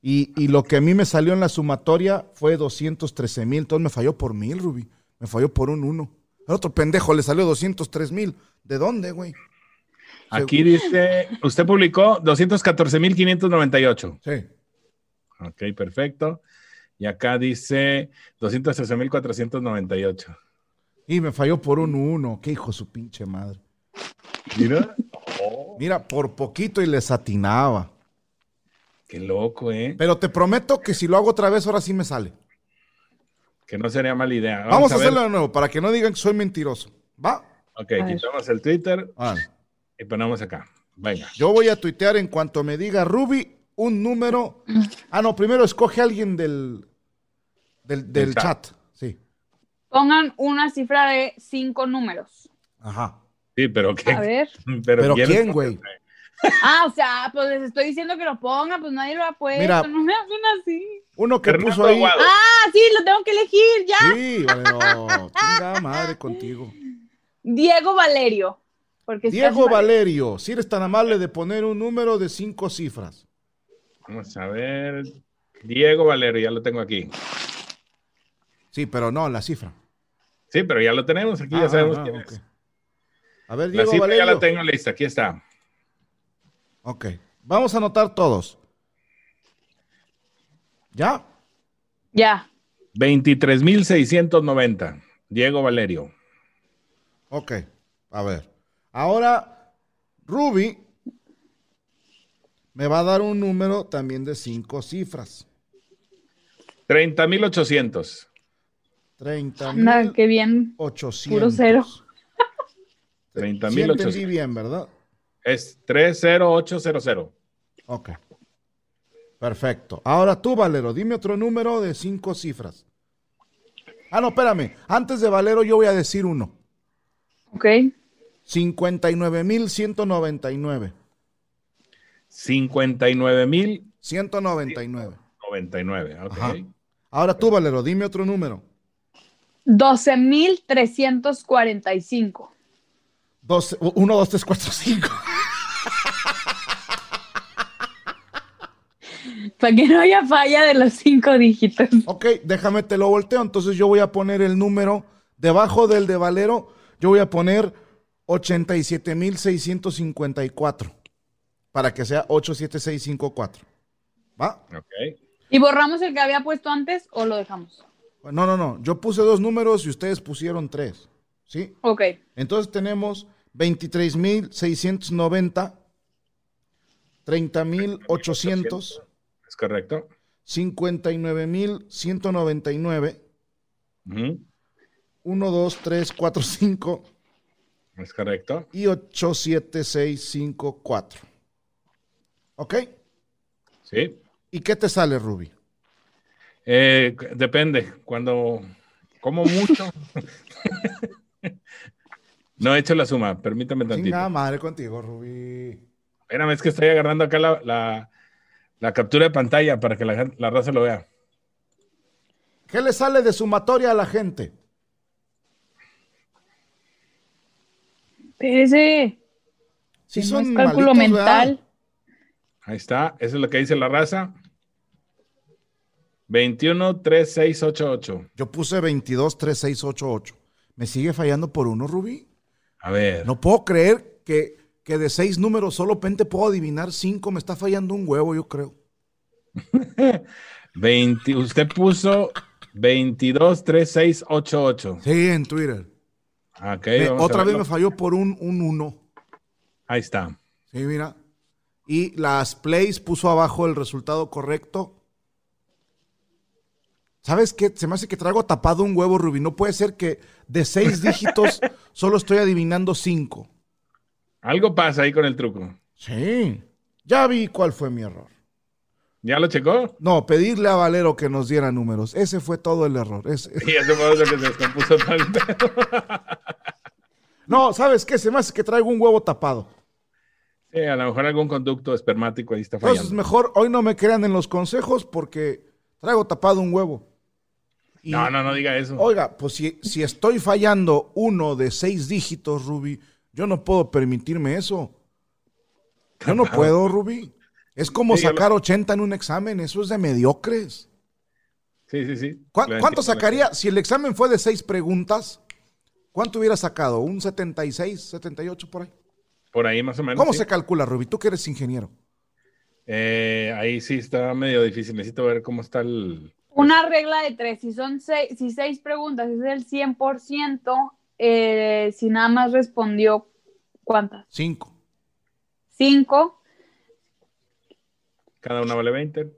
Speaker 3: Y, y lo que a mí me salió en la sumatoria fue 213,000. Entonces me falló por mil, Ruby. Me falló por un 1. Al otro pendejo le salió 203,000. ¿De dónde, güey?
Speaker 5: Aquí dice, usted publicó 214.598.
Speaker 3: Sí.
Speaker 5: Ok, perfecto. Y acá dice 213.498.
Speaker 3: Y me falló por un 1. Qué hijo de su pinche madre.
Speaker 5: Mira,
Speaker 3: Mira, por poquito y les atinaba.
Speaker 5: qué loco, ¿eh?
Speaker 3: Pero te prometo que si lo hago otra vez, ahora sí me sale.
Speaker 5: Que no sería mala idea.
Speaker 3: Vamos, a,
Speaker 5: ver.
Speaker 3: hacerlo de nuevo para que no digan que soy mentiroso. ¿Va?
Speaker 5: Ok, quitamos el Twitter
Speaker 3: Órale.
Speaker 5: y ponemos acá. Venga.
Speaker 3: Yo voy a tuitear en cuanto me diga Ruby un número. Ah, no, primero escoge a alguien del, del, del
Speaker 5: Del
Speaker 3: chat.
Speaker 5: chat.
Speaker 3: Sí.
Speaker 4: Pongan una cifra de cinco números.
Speaker 3: Ajá.
Speaker 5: Sí, pero ¿qué?
Speaker 4: A ver.
Speaker 5: <laughs> Pero,
Speaker 3: Pero
Speaker 5: ¿quién?
Speaker 3: ¿quién, güey?
Speaker 4: Ah, o sea, pues les estoy diciendo que lo pongan, pues nadie lo ha puesto.
Speaker 3: Mira.
Speaker 4: No me hacen así.
Speaker 3: Uno que
Speaker 5: Fernando
Speaker 3: puso ahí.
Speaker 5: Aguado.
Speaker 4: Ah, sí, lo tengo que elegir ya.
Speaker 3: Sí, Valero. Chinga madre contigo.
Speaker 4: Diego Valerio. Porque está
Speaker 3: Diego
Speaker 4: mal.
Speaker 3: Valerio, si eres tan amable de poner un número de cinco cifras.
Speaker 5: Vamos a ver. Diego Valero, ya lo tengo aquí.
Speaker 3: Sí, pero no, la cifra.
Speaker 5: Sí, pero ya lo tenemos aquí, ya
Speaker 3: Ah,
Speaker 5: sabemos
Speaker 3: ah,
Speaker 5: quién
Speaker 3: ok.
Speaker 5: es.
Speaker 3: A ver,
Speaker 5: La
Speaker 3: Diego
Speaker 5: cifra
Speaker 3: Valerio.
Speaker 5: ya la tengo lista, aquí está.
Speaker 3: Ok. Vamos a anotar todos. ¿Ya?
Speaker 4: Ya.
Speaker 5: 23.690. Diego Valerio.
Speaker 3: Ok, a ver. Ahora, Ruby me va a dar un número también de cinco cifras.
Speaker 5: 30.800.
Speaker 3: 30
Speaker 4: Anda, qué bien. Puro cero.
Speaker 5: 30,800.
Speaker 3: entendí bien, ¿verdad?
Speaker 5: Es 30800.
Speaker 3: Ok. Perfecto. Ahora tú, Valero, dime otro número de cinco cifras. Ah, no, espérame. Antes de Valero yo voy a decir uno.
Speaker 4: Ok.
Speaker 3: 59,199.
Speaker 5: 59.199.
Speaker 3: 199.
Speaker 5: 99, ok.
Speaker 3: Ajá. Ahora tú, Valero, dime otro número.
Speaker 4: 12.345.
Speaker 3: 12, 1, 2, 3, 4, 5.
Speaker 4: Para que no haya falla de los cinco dígitos.
Speaker 3: Ok, déjame te lo volteo. Entonces yo voy a poner el número debajo del de Valero. Yo voy a poner 87,654 para que sea 87654. ¿Va?
Speaker 5: Ok.
Speaker 4: ¿Y borramos el que había puesto antes o lo dejamos?
Speaker 3: No, no, no. Yo puse dos números y ustedes pusieron tres. ¿Sí?
Speaker 4: Ok.
Speaker 3: Entonces tenemos 23,690, 30,800,
Speaker 5: ¿Es correcto?
Speaker 3: 59,199,
Speaker 5: Ujú,
Speaker 3: 1, 2, 3, 4, 5
Speaker 5: ¿Es correcto?
Speaker 3: y 87654. ¿Ok?
Speaker 5: Sí.
Speaker 3: ¿Y qué te sale, Ruby?
Speaker 5: Eh, c- depende, cuando como mucho. <laughs> no he hecho la suma, permítame tantito.
Speaker 3: Chingada madre contigo, Ruby.
Speaker 5: Espérame, es que estoy agarrando acá la, la- la captura de pantalla para que la, gen- la raza lo vea.
Speaker 3: ¿Qué le sale de sumatoria a la gente?
Speaker 4: Espérese.
Speaker 3: Si
Speaker 4: que no
Speaker 3: son
Speaker 4: es cálculo
Speaker 3: malitos, ¿verdad?
Speaker 4: mental.
Speaker 5: Ahí está, eso es lo que dice la raza. 21, 3, 6, 8, 8.
Speaker 3: Yo puse 223688. ¿Me sigue fallando por uno, Ruby?
Speaker 5: A ver,
Speaker 3: No puedo creer que, que de seis números solamente puedo adivinar cinco. Me está fallando un huevo, yo creo.
Speaker 5: 20 usted puso 22, 3, 6, 8, 8.
Speaker 3: Sí, en Twitter.
Speaker 5: Ok,
Speaker 3: Me-
Speaker 5: vamos a
Speaker 3: otra vez
Speaker 5: verlo.
Speaker 3: me falló por un, un uno.
Speaker 5: Ahí está.
Speaker 3: Sí, mira. Y las plays puso abajo el resultado correcto. ¿Sabes qué? Se me hace que traigo tapado un huevo, Ruby. No puede ser que de <laughs> seis dígitos solo estoy adivinando cinco.
Speaker 5: Algo pasa ahí con el truco.
Speaker 3: Sí. Ya vi cuál fue mi error.
Speaker 5: ¿Ya lo checó? <laughs>
Speaker 3: No, pedirle a Valero que nos diera números. Ese fue todo el error. Ese-
Speaker 5: Y ese fue otro que se descompuso <laughs> todo el pedo.
Speaker 3: <laughs> No, ¿sabes qué? Se me hace que traigo un huevo tapado.
Speaker 5: Sí, a lo mejor algún conducto espermático ahí está
Speaker 3: Entonces,
Speaker 5: fallando.
Speaker 3: mejor hoy no me crean en los consejos porque traigo tapado un huevo. Y-
Speaker 5: No, no, no diga eso.
Speaker 3: Oiga, pues si, si estoy fallando uno de seis dígitos, Ruby, yo no puedo permitirme eso. Yo no puedo, Ruby. Es como
Speaker 5: Dígalo.
Speaker 3: sacar 80 en un examen, eso es de mediocres.
Speaker 5: Sí, sí, sí.
Speaker 3: ¿Cuá-
Speaker 5: Lo
Speaker 3: ¿Cuánto
Speaker 5: entiendo.
Speaker 3: sacaría? Si el examen fue de seis preguntas, ¿cuánto hubiera sacado? ¿Un 76, 78 por ahí?
Speaker 5: Por ahí más o menos.
Speaker 3: ¿Cómo
Speaker 5: sí.
Speaker 3: se calcula, Ruby? Tú que eres ingeniero.
Speaker 5: Eh, ahí sí está medio difícil. Necesito ver cómo está el.
Speaker 4: Una regla de tres. Si son seis, si seis preguntas es el 100%, eh, si nada más respondió, ¿cuántas?
Speaker 3: Cinco.
Speaker 4: Cinco.
Speaker 5: Cada una vale 20.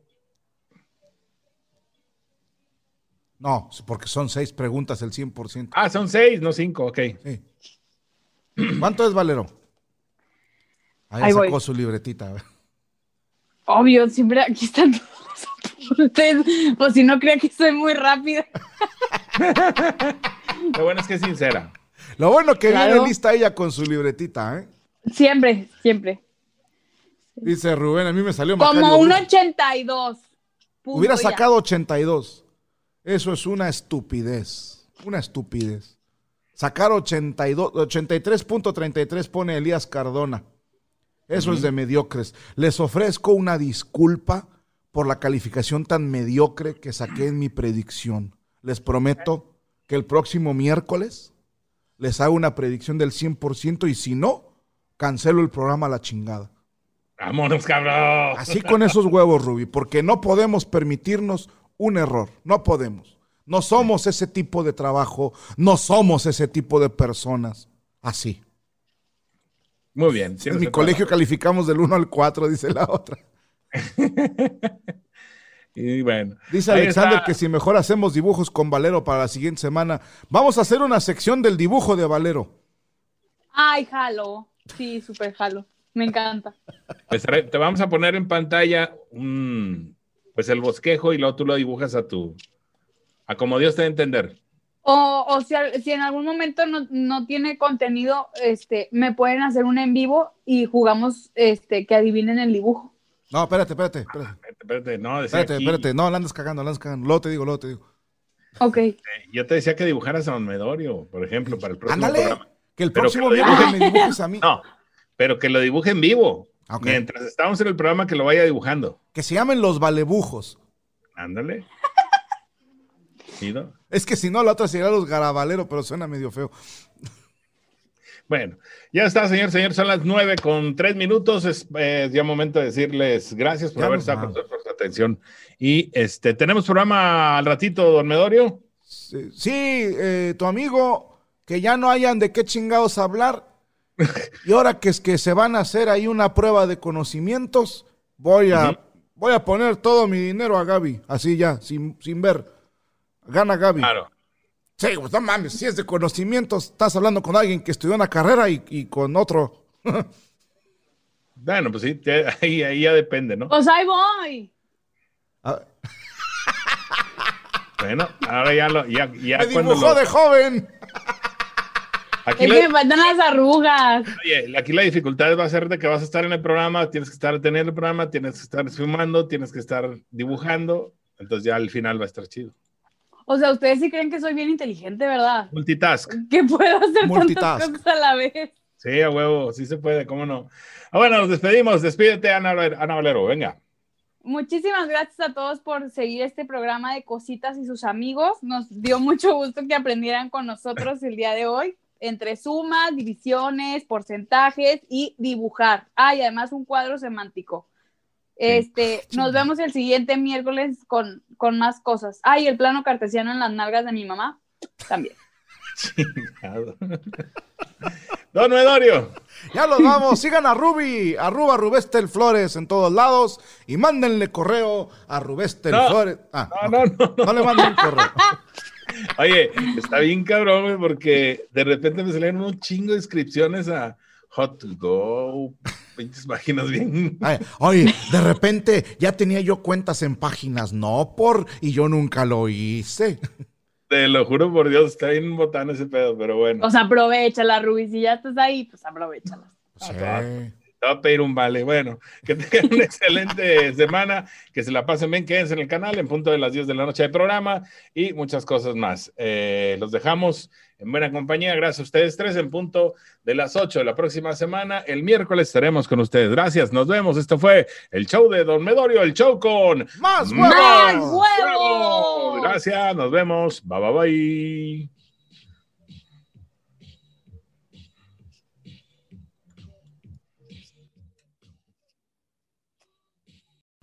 Speaker 3: No, porque son seis preguntas el 100%.
Speaker 5: Ah, son 6, no 5. Ok.
Speaker 3: Sí. ¿Cuánto es, Valero? Ahí,
Speaker 4: Ahí
Speaker 3: sacó
Speaker 4: voy.
Speaker 3: su libretita.
Speaker 4: Obvio, siempre aquí están todos <laughs> ustedes. Pues si no crean que soy muy rápida.
Speaker 5: Lo bueno es que es sincera.
Speaker 3: Lo bueno que
Speaker 4: Claro.
Speaker 3: viene lista ella con su libretita, ¿eh?
Speaker 4: Siempre, siempre.
Speaker 3: Dice Rubén, a mí me salió
Speaker 4: Como
Speaker 3: Macario
Speaker 4: un
Speaker 3: Ruiz.
Speaker 4: 82. Punto
Speaker 3: Hubiera
Speaker 4: ya.
Speaker 3: sacado 82. Eso es una estupidez. Una estupidez. Sacar 82, 83.33 pone Elías Cardona. Eso es de mediocres. Les ofrezco una disculpa por la calificación tan mediocre que saqué en mi predicción. Les prometo que el próximo miércoles les hago una predicción del 100% y si no, cancelo el programa a la chingada.
Speaker 5: Vámonos, cabrón.
Speaker 3: Así con esos huevos, Ruby, porque no podemos permitirnos un error. No podemos. No somos ese tipo de trabajo, no somos ese tipo de personas. Así.
Speaker 5: Muy bien.
Speaker 3: En
Speaker 5: tienes
Speaker 3: mi
Speaker 5: razón.
Speaker 3: colegio calificamos del 1 al 4, dice la otra.
Speaker 5: Y bueno.
Speaker 3: Dice
Speaker 5: ahí
Speaker 3: Alexander
Speaker 5: está.
Speaker 3: que si mejor hacemos dibujos con Valero para la siguiente semana, vamos a hacer una sección del dibujo de Valero.
Speaker 4: Ay, jalo. Sí, súper jalo. Me encanta.
Speaker 5: Pues, re- te vamos a poner en pantalla un, pues el bosquejo y luego tú lo dibujas a tu. A como Dios te dé a entender.
Speaker 4: O, o si, al- si en algún momento no, no tiene contenido, este, me pueden hacer un en vivo y jugamos este, que adivinen el dibujo.
Speaker 3: No, espérate, espérate, espérate.
Speaker 5: Espérate, espérate, no, decía
Speaker 3: Espérate,
Speaker 5: aquí-
Speaker 3: espérate. No, la andas cagando, la andas cagando. Luego te digo, luego te digo.
Speaker 4: Ok.
Speaker 5: eh, Yo te decía que dibujaras a Don Medorio, por ejemplo, para el próximo
Speaker 3: Ándale,
Speaker 5: programa.
Speaker 3: que el
Speaker 5: Pero
Speaker 3: próximo
Speaker 5: que lo
Speaker 3: viernes me dibujes a mí.
Speaker 5: <laughs> No, pero que lo dibuje en vivo.
Speaker 3: Ah, ok.
Speaker 5: Mientras estamos en el programa, que lo vaya dibujando.
Speaker 3: Que se llamen los valebujos. <laughs>
Speaker 5: Ándale. Chido.
Speaker 3: Es que si no, la otra sería los garabaleros, pero suena medio feo.
Speaker 5: Bueno, ya está, señor, señor. Son las nueve con tres minutos. Es eh, ya momento de decirles gracias por
Speaker 3: Ya
Speaker 5: haber
Speaker 3: nos
Speaker 5: estado con
Speaker 3: vamos.
Speaker 5: nosotros, por su atención. Y este, tenemos programa al ratito, don Medorio.
Speaker 3: Sí, sí, eh, tu amigo, que ya no hayan de qué chingados hablar. Y ahora que es que se van a hacer ahí una prueba de conocimientos, voy a, voy a poner todo mi dinero a Gaby, así ya, sin, sin ver. Gana Gaby.
Speaker 5: Claro.
Speaker 3: Sí, pues no mames, si es de conocimientos, estás hablando con alguien que estudió una carrera y, y con otro.
Speaker 5: Bueno, pues sí, te- <laughs> ahí, ahí ya depende, ¿no?
Speaker 4: Pues ahí voy.
Speaker 3: Ah,
Speaker 5: Bueno, ahora ya lo. Ya, ya
Speaker 3: me
Speaker 5: cuando
Speaker 3: dibujó
Speaker 5: lo-
Speaker 3: de joven.
Speaker 5: aquí,
Speaker 4: Es que me
Speaker 5: la,
Speaker 4: faltan las arrugas.
Speaker 5: oye, aquí la dificultad va a ser de que vas a estar en el programa, tienes que estar teniendo el programa, tienes que estar filmando, tienes que estar dibujando. Entonces ya al final va a estar chido.
Speaker 4: O sea, ustedes sí creen que soy bien inteligente, ¿verdad?
Speaker 5: Multitask.
Speaker 4: Que puedo hacer tantas
Speaker 3: Multitask.
Speaker 4: cosas a la vez.
Speaker 5: Sí, a huevo, sí se puede, cómo no. Ah, bueno, nos despedimos. Despídete, Ana, Ana Valero, venga. <laughs>
Speaker 4: Muchísimas gracias a todos por seguir este programa de Cositas y sus amigos. Nos dio mucho gusto que aprendieran con nosotros el día de hoy entre sumas, divisiones, porcentajes y dibujar. Ah, y además un cuadro semántico. Este, nos vemos el siguiente miércoles con, con más cosas. Ah, y el plano cartesiano en las nalgas de mi mamá también.
Speaker 5: Don Medorio.
Speaker 3: Ya los vamos,
Speaker 5: <laughs>
Speaker 3: sigan a Ruby, arroba Rubestel Flores en todos lados y mándenle correo a Rubestel
Speaker 5: No,
Speaker 3: Flores. Ah,
Speaker 5: no,
Speaker 3: ok.
Speaker 5: no, no.
Speaker 3: le manden correo.
Speaker 5: Oye, está bien cabrón, güey, porque de repente me salieron un chingo de inscripciones a Hot to Go, pinches páginas bien. <laughs>
Speaker 3: Ay, oye, de repente ya tenía yo cuentas en páginas, no por, y yo nunca lo hice.
Speaker 5: Te lo juro por Dios, está bien botán ese pedo, pero bueno.
Speaker 4: Pues aprovechala, Rubí. Si ya estás ahí, pues aprovechala.
Speaker 5: Ah,
Speaker 3: Sí.
Speaker 5: Te va a pedir un vale. Bueno, que tengan una excelente semana, que se la pasen bien, quédense en el canal en punto de las 10 de la noche de programa y muchas cosas más. Eh, los dejamos en buena compañía. Gracias a ustedes tres en punto de las 8 de la próxima semana. El miércoles estaremos con ustedes. Gracias, nos vemos. Esto fue el show de Don Medorio, el show con
Speaker 3: ¡Más huevos!
Speaker 4: ¡Más
Speaker 5: Huevos.
Speaker 4: huevos!
Speaker 5: Gracias, nos vemos. Bye, bye, bye.